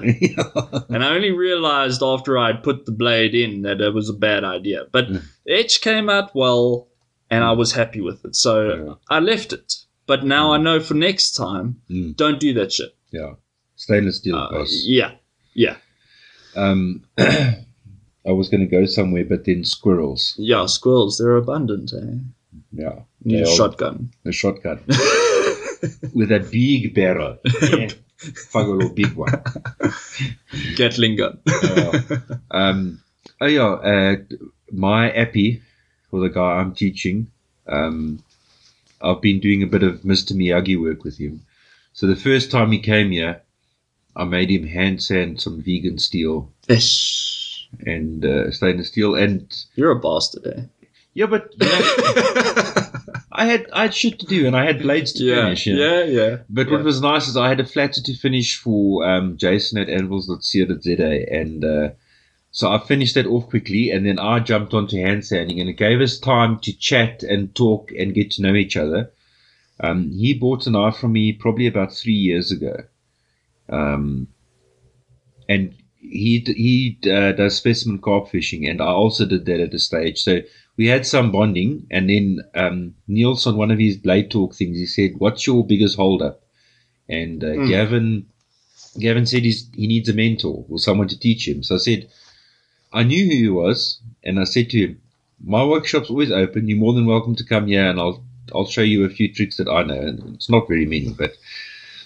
S1: and I only realized after I'd put the blade in that it was a bad idea. But
S2: Mm.
S1: the edge came out well, and I was happy with it. So
S2: Yeah.
S1: I left it. But now I
S2: Mm.
S1: know for next time,
S2: Mm.
S1: don't do that shit.
S2: Yeah. Stainless steel,
S1: Uh,
S2: of course.
S1: yeah.
S2: Um, I was going to go somewhere, but then squirrels.
S1: Yeah, squirrels, they're abundant, eh?
S2: Yeah.
S1: Need a
S2: Yeah.
S1: shotgun.
S2: A shotgun with a big barrel. Yeah. Fuck a little big one.
S1: Gatling gun.
S2: Yeah. um, oh yeah, uh, my appy for the guy I'm teaching. Um, I've been doing a bit of Mr. Miyagi work with him. So the first time he came here, I made him hand sand some vegan steel
S1: Ish.
S2: and uh, stainless steel, and
S1: You're a bastard, eh?
S2: yeah, but you know, I had I had shit to do and I had blades to
S1: yeah,
S2: finish. you
S1: yeah,
S2: know.
S1: yeah.
S2: But
S1: Yeah.
S2: what was nice is I had a flatter to finish for um, Jason at anvils.co.za, and uh, so I finished that off quickly, and then I jumped onto hand sanding, and it gave us time to chat and talk and get to know each other. Um, he bought a knife from me probably about three years ago, um, and he d- he d- uh, does specimen carp fishing, and I also did that at a stage. So we had some bonding, and then um, Niels on one of his blade talk things, he said, "What's your biggest holdup?" And uh,
S1: Mm.
S2: Gavin Gavin said he's, he needs a mentor or someone to teach him. So I said, I knew who he was, and I said to him, "My workshop's always open. You're more than welcome to come here, and I'll I'll show you a few tricks that I know. And it's not very many, but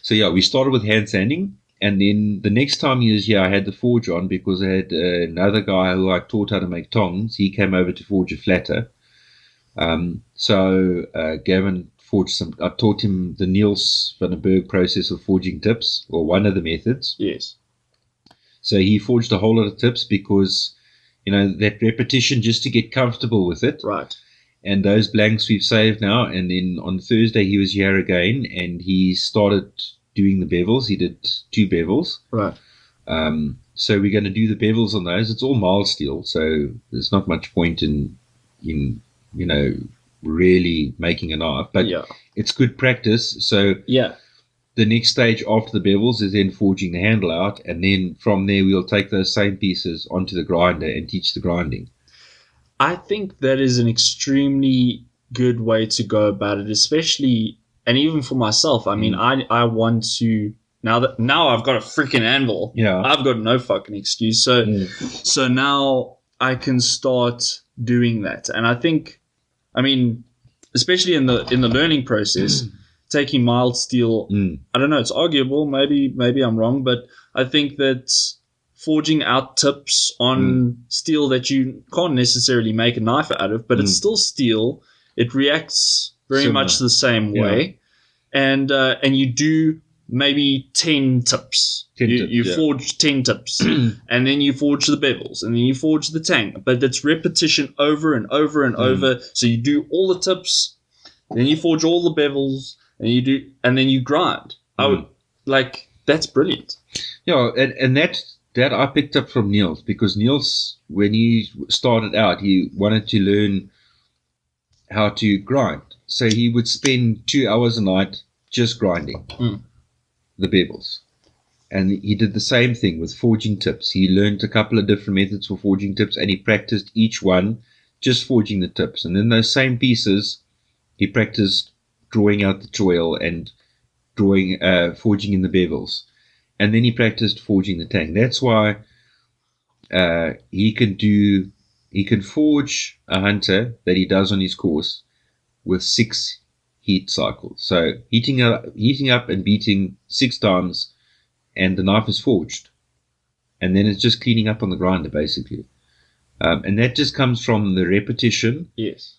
S2: so yeah, we started with hand sanding, and then the next time he was here, I had the forge on because I had uh, another guy who I taught how to make tongs. He came over to forge a flatter. Um, so uh, Gavin forged some. I taught him the Niels van den Berg process of forging tips, or one of the methods.
S1: Yes.
S2: So he forged a whole lot of tips because, you know, that repetition just to get comfortable with it.
S1: Right.
S2: And those blanks we've saved now. And then on Thursday he was here again and he started doing the bevels. He did two bevels.
S1: Right.
S2: Um, so we're going to do the bevels on those. It's all mild steel, so there's not much point in in you know really making a knife. But
S1: yeah.
S2: it's good practice. So
S1: Yeah.
S2: the next stage after the bevels is then forging the handle out, and then from there we'll take those same pieces onto the grinder and teach the grinding.
S1: I think that is an extremely good way to go about it, especially and even for myself. I mean, I I want to now that now I've got a freaking anvil.
S2: Yeah. Mm.
S1: I've got no fucking excuse. So so now I can start doing that, and I think, I mean, especially in the in the learning process, taking mild steel
S2: Mm.
S1: I don't know. It's arguable. Maybe maybe I'm wrong, but I think that forging out tips on
S2: Hmm.
S1: steel that you can't necessarily make a knife out of, but it's
S2: Mm.
S1: still steel. It reacts very
S2: Similar.
S1: much the same
S2: Yeah.
S1: way, and uh, and you do maybe ten tips.
S2: 10
S1: you
S2: tips,
S1: you
S2: yeah.
S1: forge ten tips, and then you forge the bevels, and then you forge the tang. But it's repetition over and over and
S2: Mm.
S1: over. So you do all the tips, then you forge all the bevels, and you do, and then you grind. I
S2: Hmm.
S1: would like that's brilliant.
S2: Yeah, and, and that that I picked up from Niels because Niels, when he started out, he wanted to learn how to grind. So he would spend two hours a night just grinding
S1: Mm.
S2: the bevels. And he did the same thing with forging tips. He learned a couple of different methods for forging tips and he practiced each one just forging the tips. And then those same pieces, he practiced drawing out the trail and drawing, uh, forging in the bevels and then he practiced forging the tang. That's why uh, he can do he can forge a hunter that he does on his course with six heat cycles. So heating up, heating up and beating six times, and the knife is forged, and then it's just cleaning up on the grinder basically. Um, and that just comes from the repetition
S1: Yes.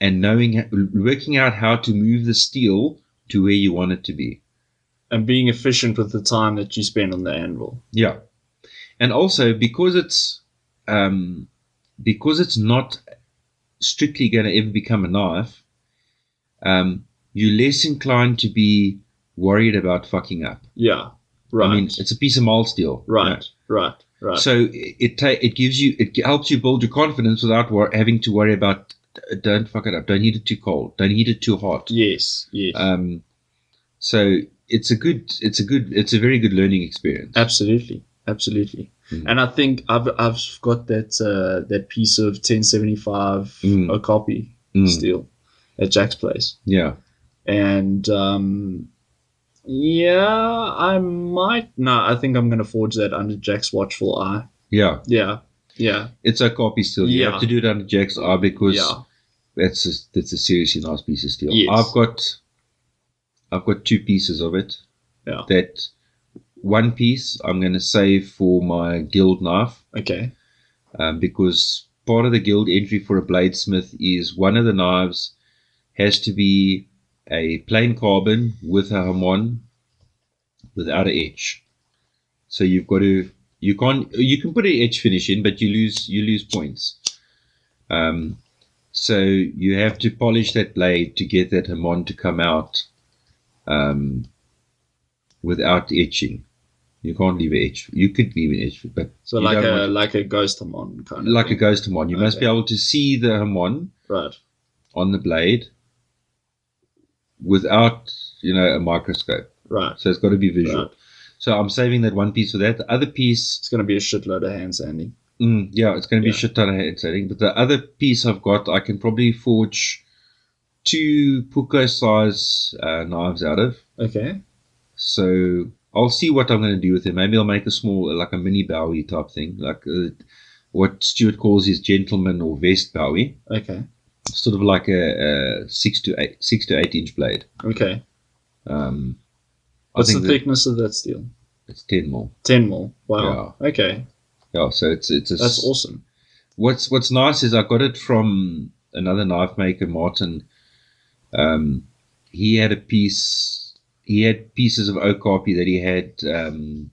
S2: and knowing, working out how to move the steel to where you want it to be.
S1: And being efficient with the time that you spend on the anvil.
S2: Yeah, and also because it's um, because it's not strictly going to ever become a knife, um, you're less inclined to be worried about fucking up.
S1: Yeah. Right.
S2: I mean, it's a piece of mild steel, you
S1: right.
S2: know.
S1: Right. Right.
S2: So it it, ta- it gives you it helps you build your confidence without wor- having to worry about uh, don't fuck it up, don't heat it too cold, don't heat it too hot.
S1: yes. Yes.
S2: Um, so it's a good it's a good it's a very good learning experience.
S1: Absolutely, absolutely.
S2: Mm.
S1: And I think I've I've got that uh, that piece of 1075
S2: Mm.
S1: a copy
S2: Mm,
S1: still at Jack's place,
S2: yeah.
S1: and um, yeah, I might. No, I think I'm gonna forge that under Jack's watchful eye.
S2: Yeah.
S1: Yeah, yeah,
S2: It's a copy still. You
S1: Yeah.
S2: have to do it under Jack's eye because
S1: yeah.
S2: that's a, that's a seriously nice piece of steel.
S1: Yes.
S2: I've got I've got two pieces of it.
S1: Yeah.
S2: That one piece I'm going to save for my guild knife
S1: Okay.
S2: um, because part of the guild entry for a bladesmith is one of the knives has to be a plain carbon with a hamon without an edge. So you've got to you can't you can put an edge finish in, but you lose you lose points. Um, so you have to polish that blade to get that hamon to come out um, without etching. You can't leave an edge. You could leave an edge, but
S1: So
S2: you
S1: like
S2: don't want
S1: a
S2: to-
S1: like a ghost hamon kind of
S2: like a
S1: thing.
S2: ghost hamon. You must be
S1: Okay.
S2: able to see the hamon
S1: right.
S2: on the blade without you know a microscope.
S1: Right.
S2: So it's got to be visual.
S1: right.
S2: So I'm saving that one piece for that. The other piece
S1: It's going to be a shitload of hands handy.
S2: Mm, yeah, it's going to be
S1: Yeah.
S2: a shit ton of head setting. But the other piece I've got, I can probably forge two Puko size uh, knives out of.
S1: Okay.
S2: So I'll see what I'm going to do with it. Maybe I'll make a small, like a mini Bowie type thing, like uh, what Stuart calls his gentleman or vest Bowie,
S1: Okay.
S2: sort of like a, a six to eight, six to eight inch blade.
S1: Okay.
S2: Um, I
S1: What's the
S2: think that
S1: thickness of that steel?
S2: It's ten mil.
S1: 10 mil. Wow. Okay.
S2: Yeah, so it's it's a
S1: That's
S2: s-
S1: awesome.
S2: What's What's nice is I got it from another knife maker, Martin. Um, he had a piece. He had pieces of oak copy that he had um,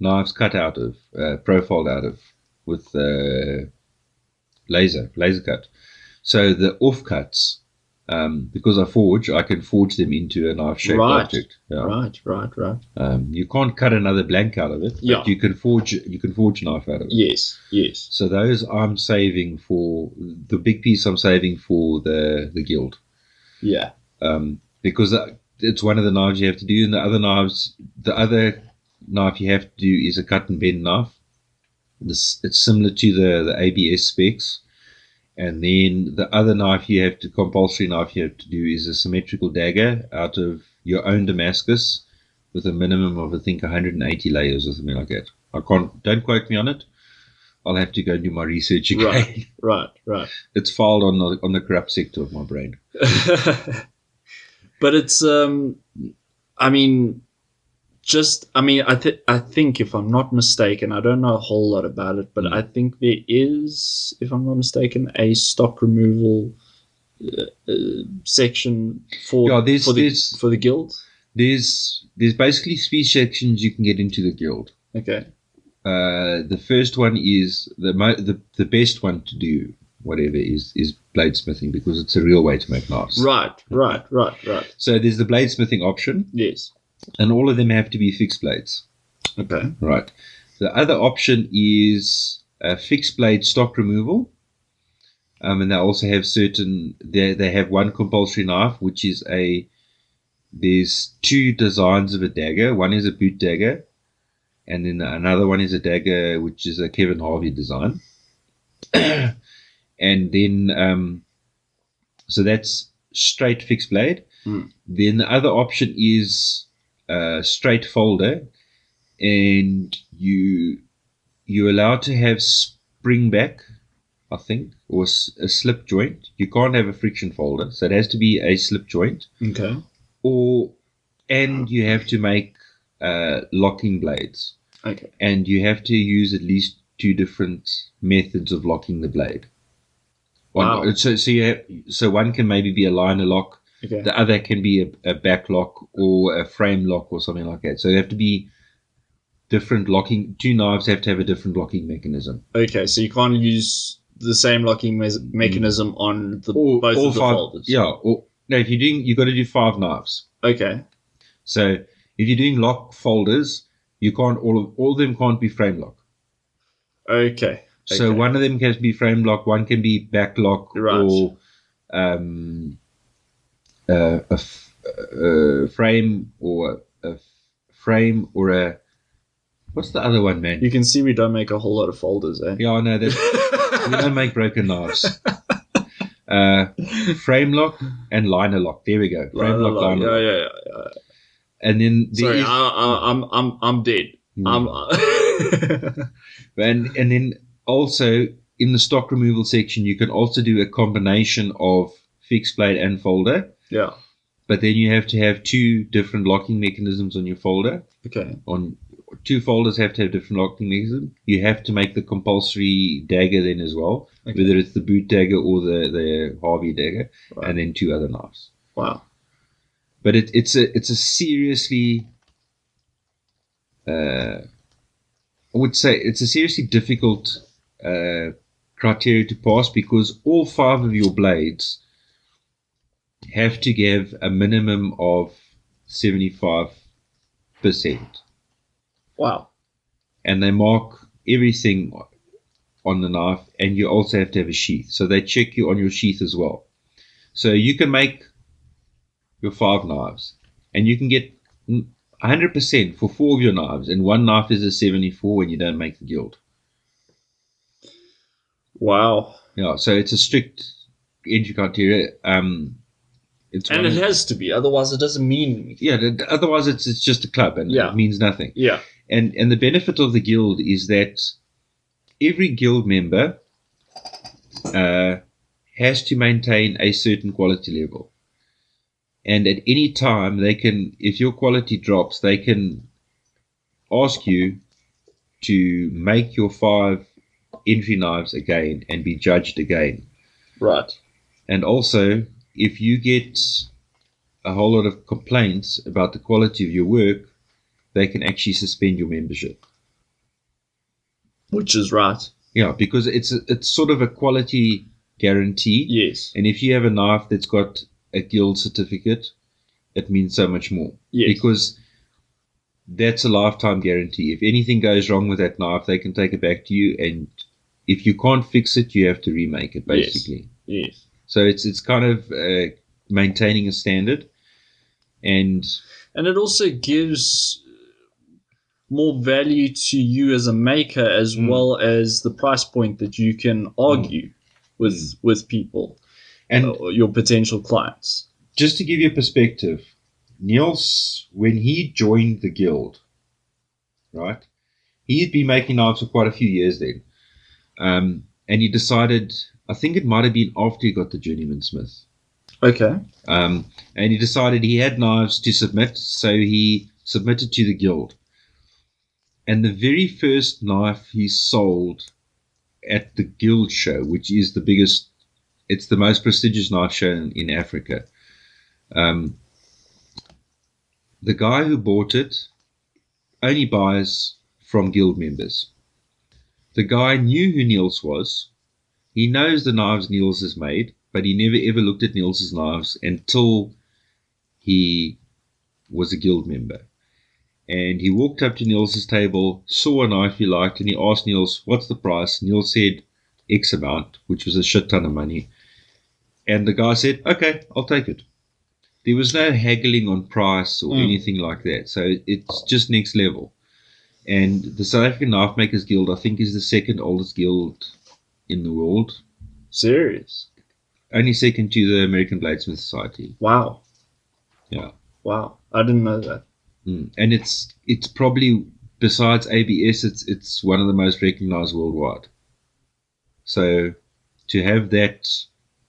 S2: knives cut out of, uh, profiled out of, with uh, laser laser cut. So the offcuts, um, because I forge, I can forge them into a knife shaped
S1: Right.
S2: object. Yeah.
S1: Right, right, right.
S2: Um, you can't cut another blank out of it.
S1: Yeah.
S2: But you can forge. You can forge a knife out of it.
S1: Yes, yes.
S2: So those I'm saving for the big piece. I'm saving for the the guild
S1: Yeah.
S2: um, because that, it's one of the knives you have to do, and the other knives, the other knife you have to do is a cut and bend knife. This it's similar to the the ABS specs, and then the other knife you have to compulsory knife you have to do is a symmetrical dagger out of your own Damascus, with a minimum of I think 180 layers or something like that. I can't don't quote me on it. I'll have to go and do my research again.
S1: Right. Right, right.
S2: It's filed on the on the corrupt sector of my brain.
S1: but it's um I mean just I mean I think I think if I'm not mistaken, I don't know a whole lot about it, but
S2: Mm.
S1: I think there is, if I'm not mistaken, a stock removal uh, uh, section for
S2: Yeah, there's-
S1: for the
S2: there's-
S1: for the guild.
S2: there's there's basically three sections you can get into the guild.
S1: Okay.
S2: Uh, the first one is the, mo- the the best one to do whatever is is bladesmithing because it's a real way to make knives.
S1: Right, right, right, right.
S2: So there's the bladesmithing option,
S1: Yes.
S2: and all of them have to be fixed blades.
S1: Okay.
S2: Right. The other option is a fixed blade stock removal. Um, and they also have certain they, they have one compulsory knife which is a there's two designs of a dagger one is a boot dagger and then another one is a dagger which is a kevin harvey design and then um, so that's straight fixed blade
S1: Mm.
S2: then the other option is a straight folder and you you're allowed to have spring back I think, or s- a slip joint. You can't have a friction folder, so it has to be a slip joint,
S1: Okay.
S2: or and you have to make uh, locking blades,
S1: Okay.
S2: and you have to use at least two different methods of locking the blade. One-
S1: Wow.
S2: So, so you have, so one can maybe be a liner lock,
S1: Okay.
S2: the other can be a, a back lock or a frame lock or something like that. So they have to be different locking. Two knives have to have a different locking mechanism.
S1: Okay, so you can't use the same locking mes- mechanism on the
S2: Or
S1: both
S2: all
S1: of the
S2: five,
S1: folders.
S2: Yeah. Or, no, if you're doing, you've got to do five knives.
S1: Okay.
S2: So if you're doing lock folders, you can't all of all of them can't be frame lock.
S1: Okay.
S2: So
S1: Okay.
S2: one of them can be frame lock, one can be back lock,
S1: Right.
S2: or um, uh, a, f- a frame or a f- frame or a what's the other one, man?
S1: You can see we don't make a whole lot of folders, eh?
S2: yeah, I know that we don't make broken knives. Uh, frame lock and liner lock. There we go. Frame
S1: Liner
S2: lock,
S1: lock.
S2: liner
S1: Yeah,
S2: lock.
S1: yeah, yeah.
S2: And then there
S1: Sorry,
S2: is- Hmm.
S1: I, I, I'm, I'm, I'm dead. I'm.
S2: And and then also in the stock removal section, you can also do a combination of fixed blade and folder.
S1: yeah.
S2: But then you have to have two different locking mechanisms on your folder.
S1: Okay.
S2: On two folders have to have different locking mechanisms. You have to make the compulsory dagger then as well,
S1: Okay.
S2: whether it's the boot dagger or the the Harvey dagger,
S1: Right.
S2: and then two other knives.
S1: Wow.
S2: But it, it's a it's a seriously. Uh, I would say it's a seriously difficult uh, criteria to pass because all five of your blades have to give a minimum of 75%.
S1: Wow.
S2: And they mark everything on the knife, and you also have to have a sheath. So they check you on your sheath as well. So you can make your five knives, and you can get mm, 100% for four of your knives, and one knife is a 74 and you don't make the guild.
S1: Wow.
S2: Yeah, so it's a strict entry criteria. Um, it's
S1: And
S2: one
S1: it
S2: of-
S1: has to be, otherwise it doesn't mean anything.
S2: yeah, th- otherwise it's, it's just a club and
S1: Yeah.
S2: it means nothing.
S1: Yeah.
S2: and and the benefit of the guild is that every guild member uh, has to maintain a certain quality level and at any time they can if your quality drops they can ask you to make your five entry knives again and be judged again
S1: Right.
S2: and also, if you get a whole lot of complaints about the quality of your work, they can actually suspend your membership.
S1: Which is right.
S2: Yeah, because it's a, it's sort of a quality guarantee.
S1: Yes.
S2: And if you have a knife that's got a guild certificate, it means so much more.
S1: Yes.
S2: Because that's a lifetime guarantee. If anything goes wrong with that knife, they can take it back to you. And if you can't fix it, you have to remake it,
S1: Yes.
S2: basically.
S1: Yes.
S2: So it's it's kind of uh, maintaining a standard, and
S1: And it also gives more value to you as a maker as
S2: Mm.
S1: well as the price point that you can argue with with people
S2: and
S1: or Oh, your potential clients.
S2: just to give you a perspective, Niels when he joined the guild, right, he had been making knives for quite a few years then, um, and he decided I think it might have been after he got the journeyman smith,
S1: Okay.
S2: Um, and he decided he had knives to submit, so he submitted to the guild. And the very first knife he sold at the guild show, which is the biggest, it's the most prestigious knife show in, in Africa. Um, the guy who bought it only buys from guild members. The guy knew who Niels was. He knows the knives Niels has made, but he never ever looked at Niels's knives until he was a guild member. And he walked up to Niels's table, saw a knife he liked, and he asked Niels, What's the price? Niels said X amount, which was a shit ton of money. And the guy said, Okay, I'll take it. There was no haggling on price or
S1: Mm.
S2: anything like that. So it's just next level. And the South African Knife Makers Guild, I think, is the second oldest guild in the world
S1: Serious.
S2: only second to the American Bladesmith Society.
S1: Wow.
S2: Yeah.
S1: Wow. I didn't know that.
S2: Mm. And it's it's probably besides ABS, it's it's one of the most recognized worldwide. So to have that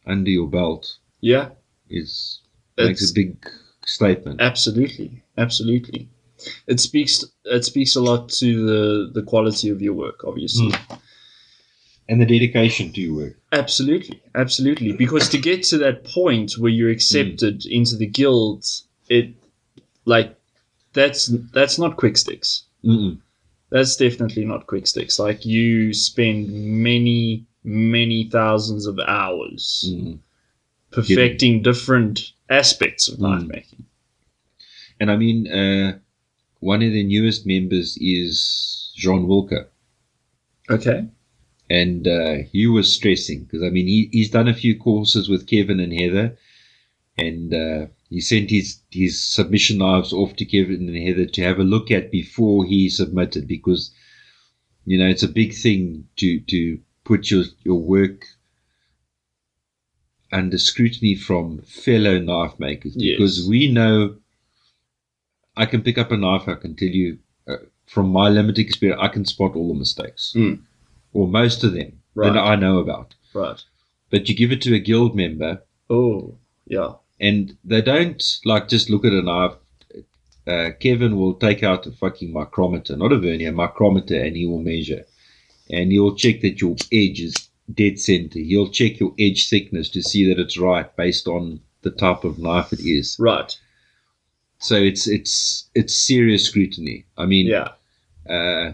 S2: under your belt
S1: Yeah.
S2: is makes
S1: It's
S2: a big statement.
S1: absolutely. Absolutely. It speaks it speaks a lot to the the quality of your work, obviously.
S2: And the dedication to your work.
S1: Absolutely, absolutely. Because to get to that point where you're accepted into the guild, it like that's that's not quick sticks.
S2: Mm-mm.
S1: That's definitely not quick sticks. Like you spend many, many thousands of hours
S2: Mm.
S1: perfecting different aspects of knife
S2: Mm.
S1: making.
S2: And I mean, uh, one of the newest members is Jean Wilker.
S1: Okay.
S2: and uh, he was stressing because I mean he, he's done a few courses with Kevin and Heather, and uh, he sent his his submission knives off to Kevin and Heather to have a look at before he submitted because you know it's a big thing to to put your your work under scrutiny from fellow knife makers
S1: Yes.
S2: because we know I can pick up a knife I can tell you uh, from my limited experience I can spot all the mistakes
S1: Mm.
S2: or most of them
S1: Right.
S2: that I know about.
S1: Right.
S2: But you give it to a guild member,
S1: Oh, yeah.
S2: and they don't like just look at a knife. Uh, Kevin will take out a fucking micrometer, not a vernier, micrometer, and he will measure, and he'll check that your edge is dead center. He'll check your edge thickness to see that it's right based on the type of knife it is.
S1: Right.
S2: So it's it's it's serious scrutiny. I mean,
S1: Yeah.
S2: uh,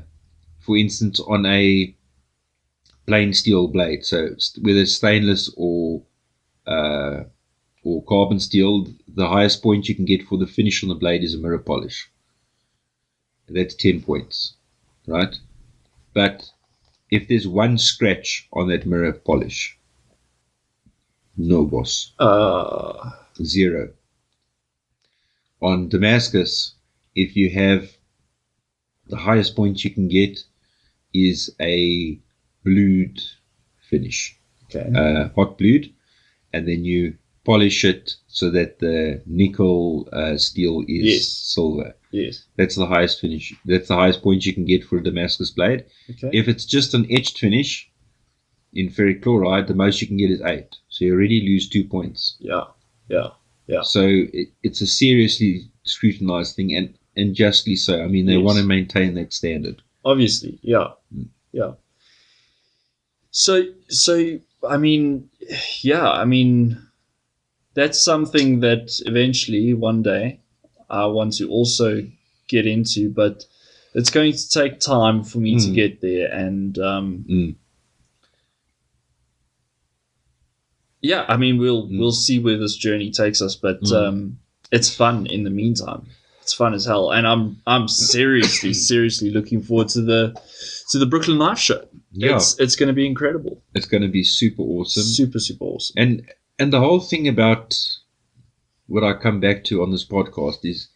S2: for instance, on a plain steel blade, so st- whether it's stainless or uh, or carbon steel, the highest point you can get for the finish on the blade is a mirror polish. That's ten points, right? But if there's one scratch on that mirror polish, no boss,
S1: Uh
S2: zero. on Damascus, if you have the highest point you can get is a blued finish,
S1: Okay.
S2: uh, hot blued, and then you polish it so that the nickel uh, steel is
S1: Yes.
S2: silver.
S1: yes.
S2: That's the highest finish. That's the highest point you can get for a Damascus blade.
S1: Okay.
S2: If it's just an etched finish in ferric chloride, the most you can get is eight. So you already lose two points.
S1: yeah. Yeah. Yeah.
S2: So it, it's a seriously scrutinized thing, and, and justly so. I mean, they
S1: Yes.
S2: want to maintain that standard.
S1: Obviously. Yeah.
S2: Mm.
S1: Yeah. So so I mean, yeah. I mean, that's something that eventually one day I want to also get into, but it's going to take time for me to
S2: Mm.
S1: get there, and um,
S2: Mm.
S1: yeah, I mean, we'll
S2: Mm.
S1: we'll see where this journey takes us, but
S2: Mm.
S1: um, it's fun in the meantime. It's fun as hell, and I'm I'm seriously seriously looking forward to the to the Brooklyn Live Show.
S2: Yeah, it's,
S1: It's it's going to be incredible,
S2: going to be super awesome.
S1: super super awesome.
S2: and and the whole thing about what I come back to on this podcast is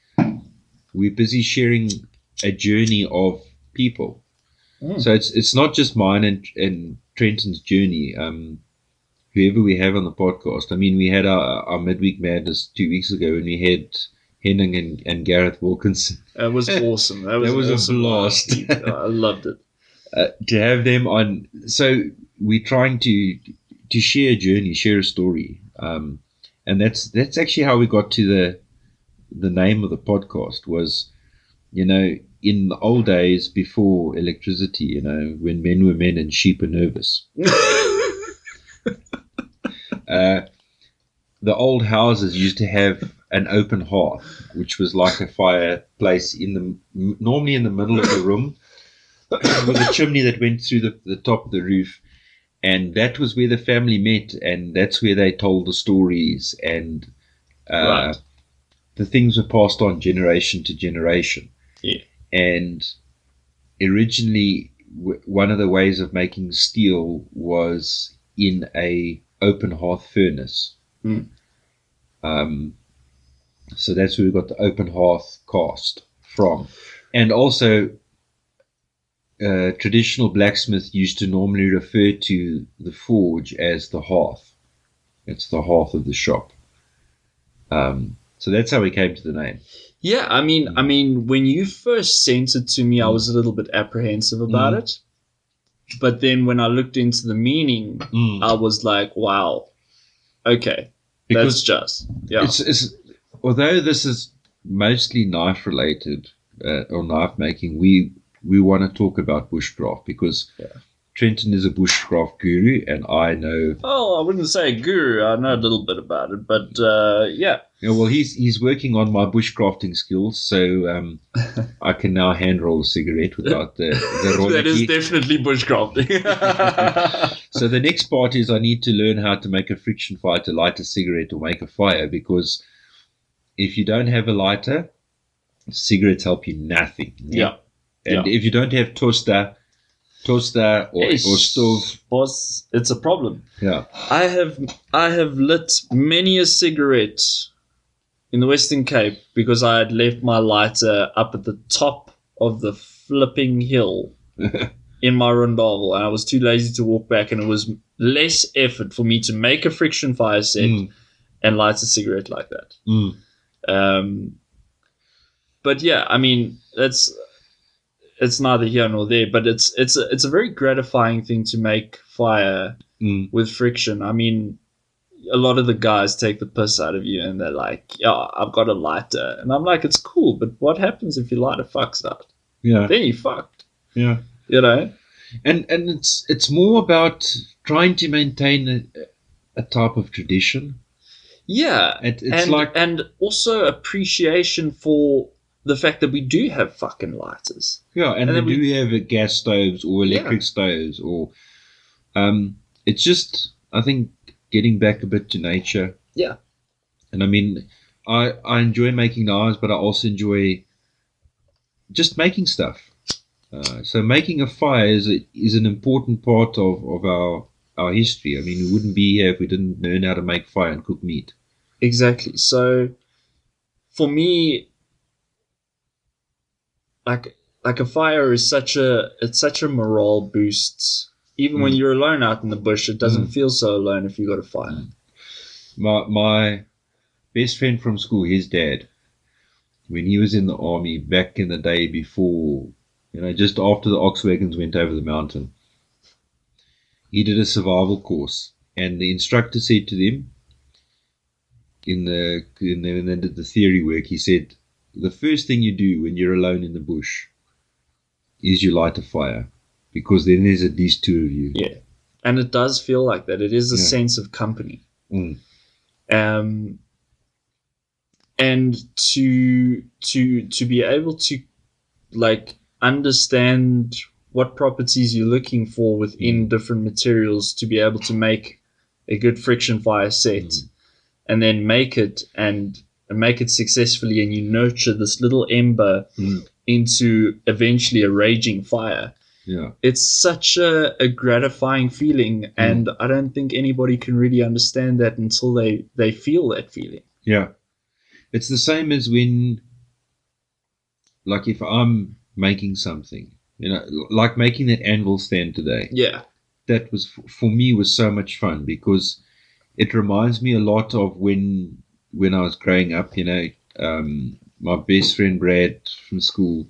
S2: we're busy sharing a journey of people.
S1: Mm.
S2: So it's it's not just mine and and Trenton's journey. Um, whoever we have on the podcast. I mean, we had our, our midweek madness two weeks ago, and we had Henning and, and Gareth Wilkinson.
S1: That was awesome. That was,
S2: That was a
S1: awesome.
S2: blast.
S1: I loved it.
S2: uh, to have them on. So we're trying to to share a journey, share a story, um, and that's that's actually how we got to the the name of the podcast was, you know, in the old days before electricity, you know, when men were men and sheep were nervous. Uh, the old houses used to have an open hearth, which was like a fireplace in the m- normally in the middle of the room, with a chimney that went through the, the top of the roof, and that was where the family met, and that's where they told the stories, and uh,
S1: Right.
S2: the things were passed on generation to generation.
S1: Yeah.
S2: and originally w- one of the ways of making steel was in a open hearth furnace.
S1: Mm.
S2: Um, so that's where we got the open hearth cast from, and also uh, traditional blacksmith used to normally refer to the forge as the hearth. It's the hearth of the shop. Um, so that's how we came to the name.
S1: Yeah, I mean, I mean, when you first sent it to me, I was a little bit apprehensive about
S2: Mm.
S1: it, but then when I looked into the meaning, I was like, wow, okay, that's just yeah,
S2: It's, it's although this is mostly knife related uh, or knife making, we we want to talk about bushcraft because
S1: Yeah.
S2: Trenton is a bushcraft guru, and I know.
S1: Oh, I wouldn't say a guru. I know a little bit about it, but uh, yeah,
S2: yeah, well, he's he's working on my bushcrafting skills, so um, I can now hand roll a cigarette without the the roller
S1: that is
S2: key.
S1: definitely bushcrafting.
S2: So the next part is I need to learn how to make a friction fire to light a cigarette or make a fire because if you don't have a lighter, cigarettes help you nothing.
S1: yeah,
S2: And if you don't have toaster, toaster or, or stove,
S1: boss, it's a problem.
S2: yeah,
S1: I have I have lit many a cigarette in the Western Cape because I had left my lighter up at the top of the flipping hill in my rondel, and I was too lazy to walk back, and it was less effort for me to make a friction fire set
S2: Mm,
S1: and light a cigarette like that.
S2: mm.
S1: Um, but yeah, I mean that's it's neither here nor there, but it's it's a, it's a very gratifying thing to make fire
S2: Mm.
S1: with friction. I mean, a lot of the guys take the piss out of you, and they're like, "Yeah, I've got a lighter," and I'm like, "It's cool, but what happens if your lighter fucks out?
S2: yeah,
S1: Then you fucked."
S2: yeah.
S1: You know,
S2: And and it's it's more about trying to maintain a, a type of tradition.
S1: yeah,
S2: It, it's
S1: and
S2: like
S1: and also appreciation for the fact that we do have fucking lighters.
S2: Yeah, and,
S1: And
S2: they
S1: then we-
S2: do have uh, gas stoves or electric stoves, or um, it's just I think getting back a bit to nature.
S1: Yeah.
S2: and I mean, I I enjoy making knives, but I also enjoy just making stuff. Uh, so making a fire is a, is an important part of, of our our history. I mean, we wouldn't be here if we didn't learn how to make fire and cook meat.
S1: Exactly. So for me, like like a fire is such a it's such a morale boost. Even when
S2: Mm.
S1: you're alone out in the bush, it doesn't feel so alone if you got a fire.
S2: My my best friend from school, his dad, when he was in the army back in the day before, you know, just after the ox wagons went over the mountain, he did a survival course, and the instructor said to them, in the in the, in the, the theory work, he said, the first thing you do when you're alone in the bush is you light a fire, because then there's at least two of you.
S1: Yeah. And it does feel like that. It is a
S2: Yeah.
S1: sense of company.
S2: Mm.
S1: um, and to to to be able to like understand what properties you're looking for
S2: Mm.
S1: within different materials to be able to make a good friction fire set
S2: Mm.
S1: and then make it and, and make it successfully and you nurture this little ember
S2: Mm.
S1: into eventually a raging fire
S2: Yeah.
S1: it's such a, a gratifying feeling
S2: Hmm.
S1: and i don't think anybody can really understand that until they they feel that feeling
S2: Yeah. It's the same as when, like, if I'm making something, you know, l- like making that anvil stand today,
S1: yeah
S2: that was, f- for me, was so much fun because it reminds me a lot of when, when I was growing up, you know, um, my best friend Brad from school,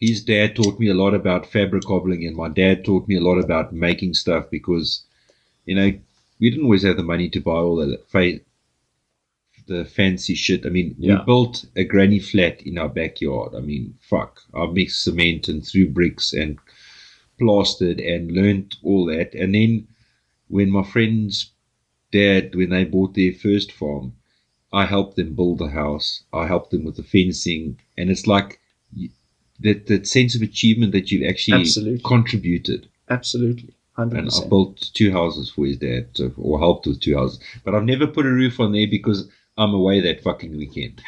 S2: his dad taught me a lot about fabric cobbling, and my dad taught me a lot about making stuff because, you know, we didn't always have the money to buy all the fa- the fancy shit. I mean,
S1: Yeah.
S2: we built a granny flat in our backyard. I mean, fuck, I mixed cement and threw bricks and plastered and learned all that, and then when my friends dad when they bought their first farm I helped them build a house. I helped them with the fencing, and it's like y- that that sense of achievement that you've actually
S1: Absolutely.
S2: contributed.
S1: absolutely 100%
S2: And I built two houses for his dad, so- or helped with two houses, but I've never put a roof on there because I'm away that fucking weekend.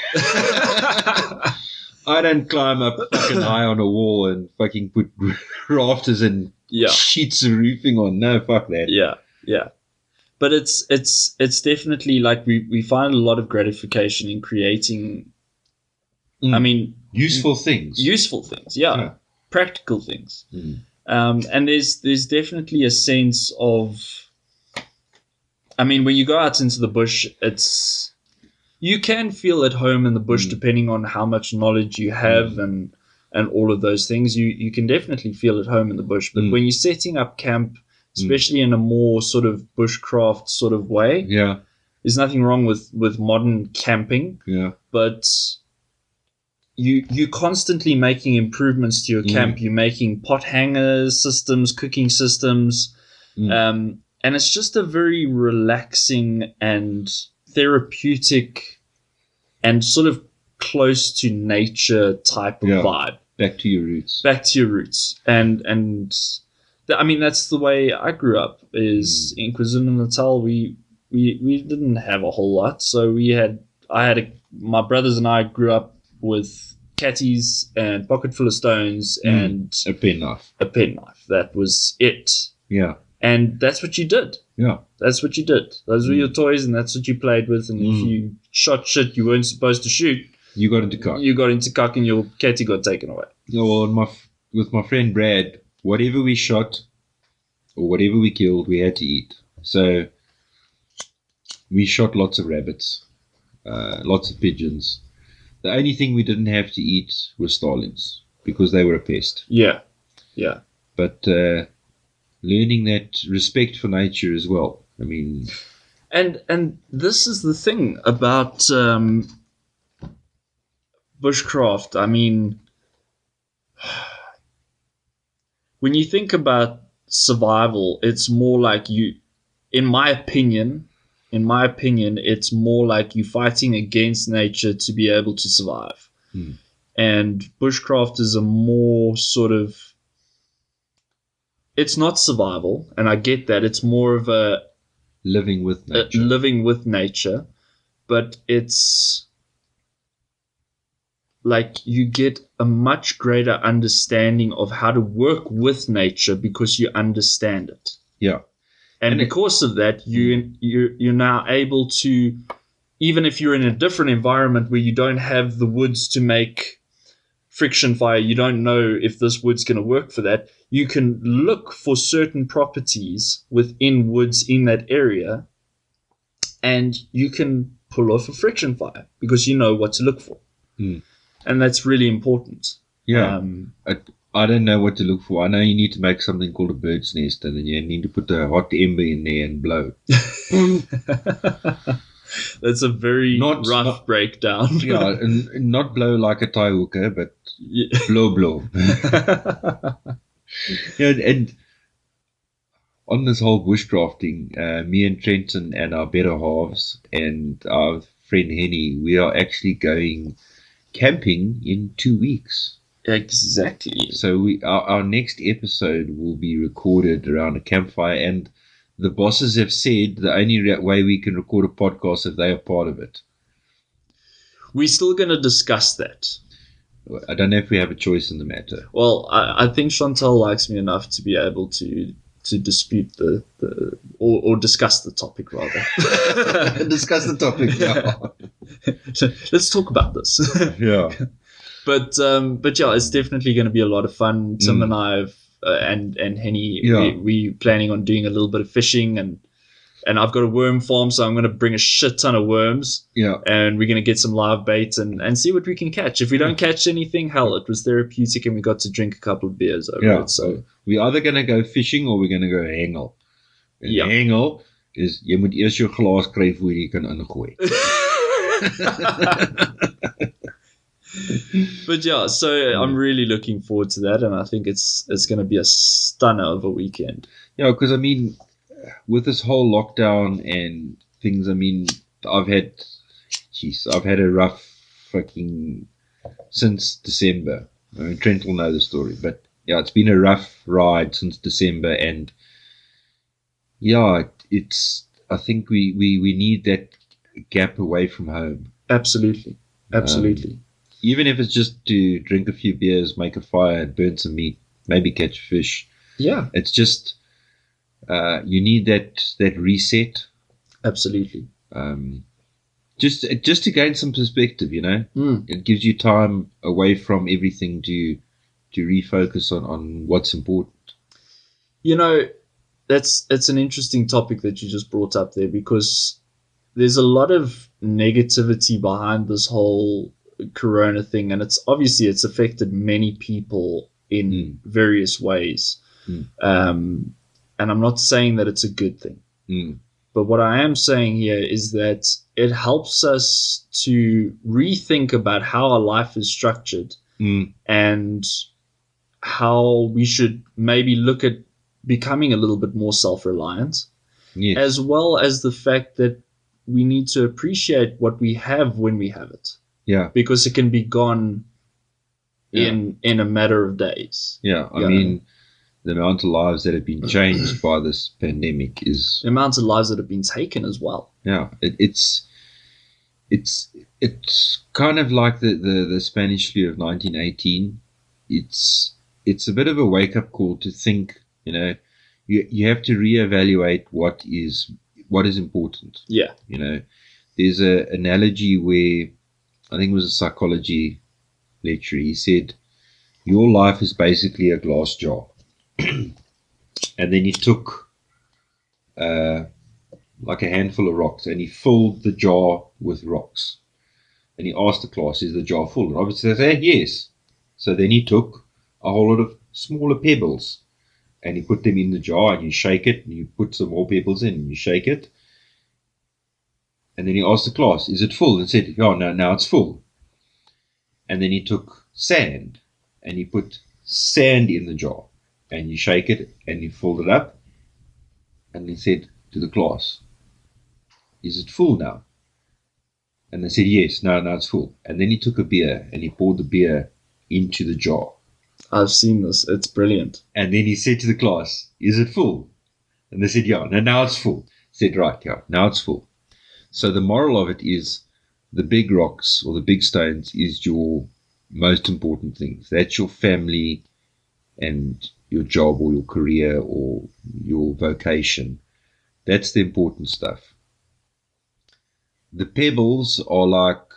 S2: I don't climb up fucking high on a wall and fucking put rafters and
S1: yeah
S2: sheets of roofing on. No, fuck that.
S1: yeah yeah but it's it's it's definitely like we we find a lot of gratification in creating
S2: Mm.
S1: i mean
S2: Useful things.
S1: useful things yeah,
S2: Yeah.
S1: practical things
S2: Mm.
S1: um, and there's there's definitely a sense of i mean when you go out into the bush it's you can feel at home in the bush
S2: Mm.
S1: depending on how much knowledge you have and and all of those things you you can definitely feel at home in the bush but
S2: Mm.
S1: when you're setting up camp especially in a more sort of bushcraft sort of way
S2: Yeah,
S1: there's nothing wrong with with modern camping
S2: yeah.
S1: but you you constantly making improvements to your
S2: Mm.
S1: camp. You're making pot hangers systems, cooking systems,
S2: Mm.
S1: um, and it's just a very relaxing and therapeutic, and sort of close to nature type of
S2: Yeah.
S1: vibe.
S2: Back to your roots.
S1: Back to your roots, and and th- I mean that's the way I grew up. Is in KwaZulu Natal we. We, we didn't have a whole lot, so we had I had a, my brothers and I grew up with catties and pocket full of stones
S2: Mm.
S1: and
S2: a penknife.
S1: a penknife. That was it,
S2: Yeah,
S1: and that's what you did.
S2: yeah.
S1: That's what you did. Those were
S2: Mm.
S1: your toys, and that's what you played with. And if
S2: Mm.
S1: you shot shit you weren't supposed to shoot,
S2: You got into car.
S1: you got into cock, and your catty got taken away.
S2: Yeah, well, my f- with my friend Brad, whatever we shot or whatever we killed, we had to eat. So we shot lots of rabbits, uh, lots of pigeons. The only thing we didn't have to eat was starlings because they were a pest.
S1: Yeah, yeah,
S2: But uh, learning that respect for nature as well. I mean,
S1: and and this is the thing about um, bushcraft. I mean, when you think about survival, it's more like you, in my opinion, in my opinion, it's more like you fighting against nature to be able to survive.
S2: Hmm.
S1: And bushcraft is a more sort of, it's not survival, and I get that. It's more of a
S2: living with
S1: uh,
S2: nature.
S1: living with nature, but it's like you get a much greater understanding of how to work with nature because you understand it.
S2: yeah.
S1: And,
S2: And it-
S1: because of that, you you you're now able to even if you're in a different environment where you don't have the woods to make friction fire, you don't know if this wood's going to work for that. You can look for certain properties within woods in that area, and you can pull off a friction fire because you know what to look for,
S2: Hmm.
S1: and that's really important.
S2: Yeah,
S1: Um,
S2: I don't know what to look for. I know you need to make something called a bird's nest, and then you need to put a hot ember in there and blow.
S1: that's a very
S2: Not-
S1: rough
S2: not-
S1: breakdown.
S2: yeah, and and not blow like a tie hooker, but
S1: Yeah.
S2: blow, blow. Yeah, and, and on this whole bushcrafting, uh, me and Trenton and our better halves and our friend Henny, we are actually going camping in two weeks.
S1: exactly.
S2: So we our, our next episode will be recorded around a campfire, and the bosses have said the only re- way we can record a podcast is if they are part of it.
S1: We're still going to discuss that.
S2: I don't know if we have a choice in the matter.
S1: Well, I, I think Chantal likes me enough to be able to to dispute the, the or, or discuss the topic rather.
S2: Discuss the topic now.
S1: Let's talk about this.
S2: yeah.
S1: but um, but yeah, it's definitely going to be a lot of fun. Tim
S2: Mm.
S1: and I have, uh, and and Henny,
S2: Yeah.
S1: we, we planning on doing a little bit of fishing and and I've got a worm farm, so I'm going to bring a shit ton of worms
S2: Yeah.
S1: and we're going to get some live bait and and see what we can catch. If we don't catch anything, hell, it was therapeutic and we got to drink a couple of beers over
S2: Yeah.
S1: it. So.
S2: We're either going to go fishing or we're going to go hengel. En
S1: Ja.
S2: hengel is jy moet eers jou glas kry voor jy kan ingooi.
S1: but yeah, so I'm really looking forward to that, and I think it's it's going to be a stunner of a weekend.
S2: Yeah, because I mean with this whole lockdown and things I mean I've had jeez, I've had a rough fucking since December. I mean Trent will know the story, but yeah, it's been a rough ride since December and yeah, it, it's I think we, we, we need that gap away from home.
S1: Absolutely, absolutely.
S2: even if it's just to drink a few beers, make a fire, burn some meat, maybe catch a fish.
S1: yeah,
S2: It's just uh, you need that that reset,
S1: absolutely.
S2: um, just just to gain some perspective. You know,
S1: Mm,
S2: it gives you time away from everything to to refocus on on what's important.
S1: You know, that's it's an interesting topic that you just brought up there because there's a lot of negativity behind this whole corona thing and it's obviously it's affected many people in
S2: Mm.
S1: various ways
S2: Mm.
S1: um, and i'm not saying that it's a good thing
S2: Mm.
S1: But what I am saying here is that it helps us to rethink about how our life is structured
S2: Mm.
S1: and how we should maybe look at becoming a little bit more self reliant,
S2: Yes.
S1: as well as the fact that we need to appreciate what we have when we have it
S2: yeah.
S1: because it can be gone
S2: Yeah.
S1: in in a matter of days.
S2: Yeah. I
S1: Yeah.
S2: mean, the amount of lives that have been changed by this pandemic is
S1: The amount of lives that have been taken as well.
S2: Yeah, it, it's it's it's kind of like the, the, the Spanish flu of 1918. It's it's a bit of a wake up call to think. You know, you you have to reevaluate what is what is important.
S1: Yeah.
S2: You know, there's a analogy where I think it was a psychology lecturer. He said, "Your life is basically a glass jar," and then he took. Uh, like a handful of rocks and he filled the jar with rocks. And he asked the class, Is the jar full? And obviously they said, Yes. So then he took a whole lot of smaller pebbles and he put them in the jar and you shake it and you put some more pebbles in and you shake it. And then he asked the class, Is it full? And said, Yeah, no, now it's full. And then he took sand and he put sand in the jar and you shake it and you filled it up. And he said to the class, Is it full now? And they said, Yes, no, now it's full. And then he took a beer and he poured the beer into the jar.
S1: I've seen this. It's brilliant.
S2: And then he said to the class, Is it full? And they said, Yeah, no, now it's full. He said, Right, yeah, now it's full. So the moral of it is the big rocks or the big stones is your most important things. That's your family and your job or your career or your vocation. That's the important stuff. the pebbles are like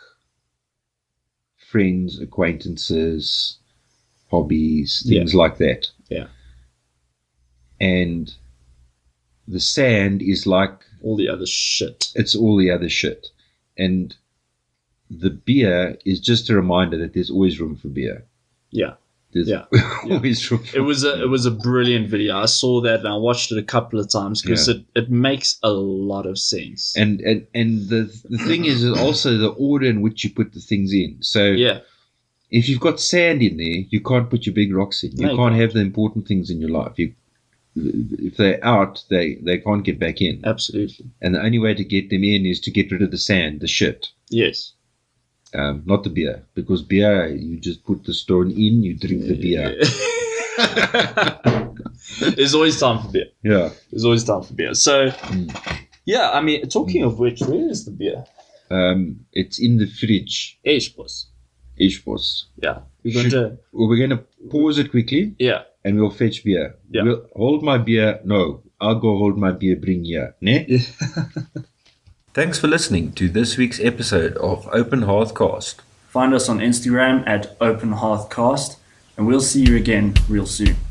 S2: friends, acquaintances, hobbies, things like that.
S1: Yeah.
S2: And the sand is like
S1: All the other shit.
S2: it's all the other shit. And the beer is just a reminder that there's always room for beer.
S1: Yeah.
S2: There's
S1: Yeah.
S2: always room for
S1: It was a it was a brilliant video. I saw that and I watched it a couple of times because it, it makes a lot of sense.
S2: and, and and the the thing is also the order in which you put the things in. So
S1: yeah,
S2: if you've got sand in there, you can't put your big rocks in. You
S1: No, you
S2: can't have the important things in your life. You, if they're out, they, they can't get back in.
S1: absolutely.
S2: And the only way to get them in is to get rid of the sand, the shit,
S1: Yes.
S2: um, not the beer. Because beer, you just put the stone in, you drink the beer.
S1: There's always time for beer.
S2: Yeah.
S1: There's always time for beer. So
S3: Hmm.
S2: Mm.
S1: yeah, I mean talking of which, where is the beer?
S2: Um, it's in the fridge,
S1: Ish boss.
S2: Ishbos.
S1: Yeah. We're going to
S2: Well, we're going to pause it quickly
S1: Yeah.
S2: and we'll fetch beer.
S1: Yeah.
S2: We'll hold my beer. No, I'll go hold my beer, bring here. Ne?
S1: Yeah.
S4: Thanks for listening to this week's episode of Open Hearthcast.
S3: Find us on Instagram at Open Hearth Cast, and we'll see you again real soon.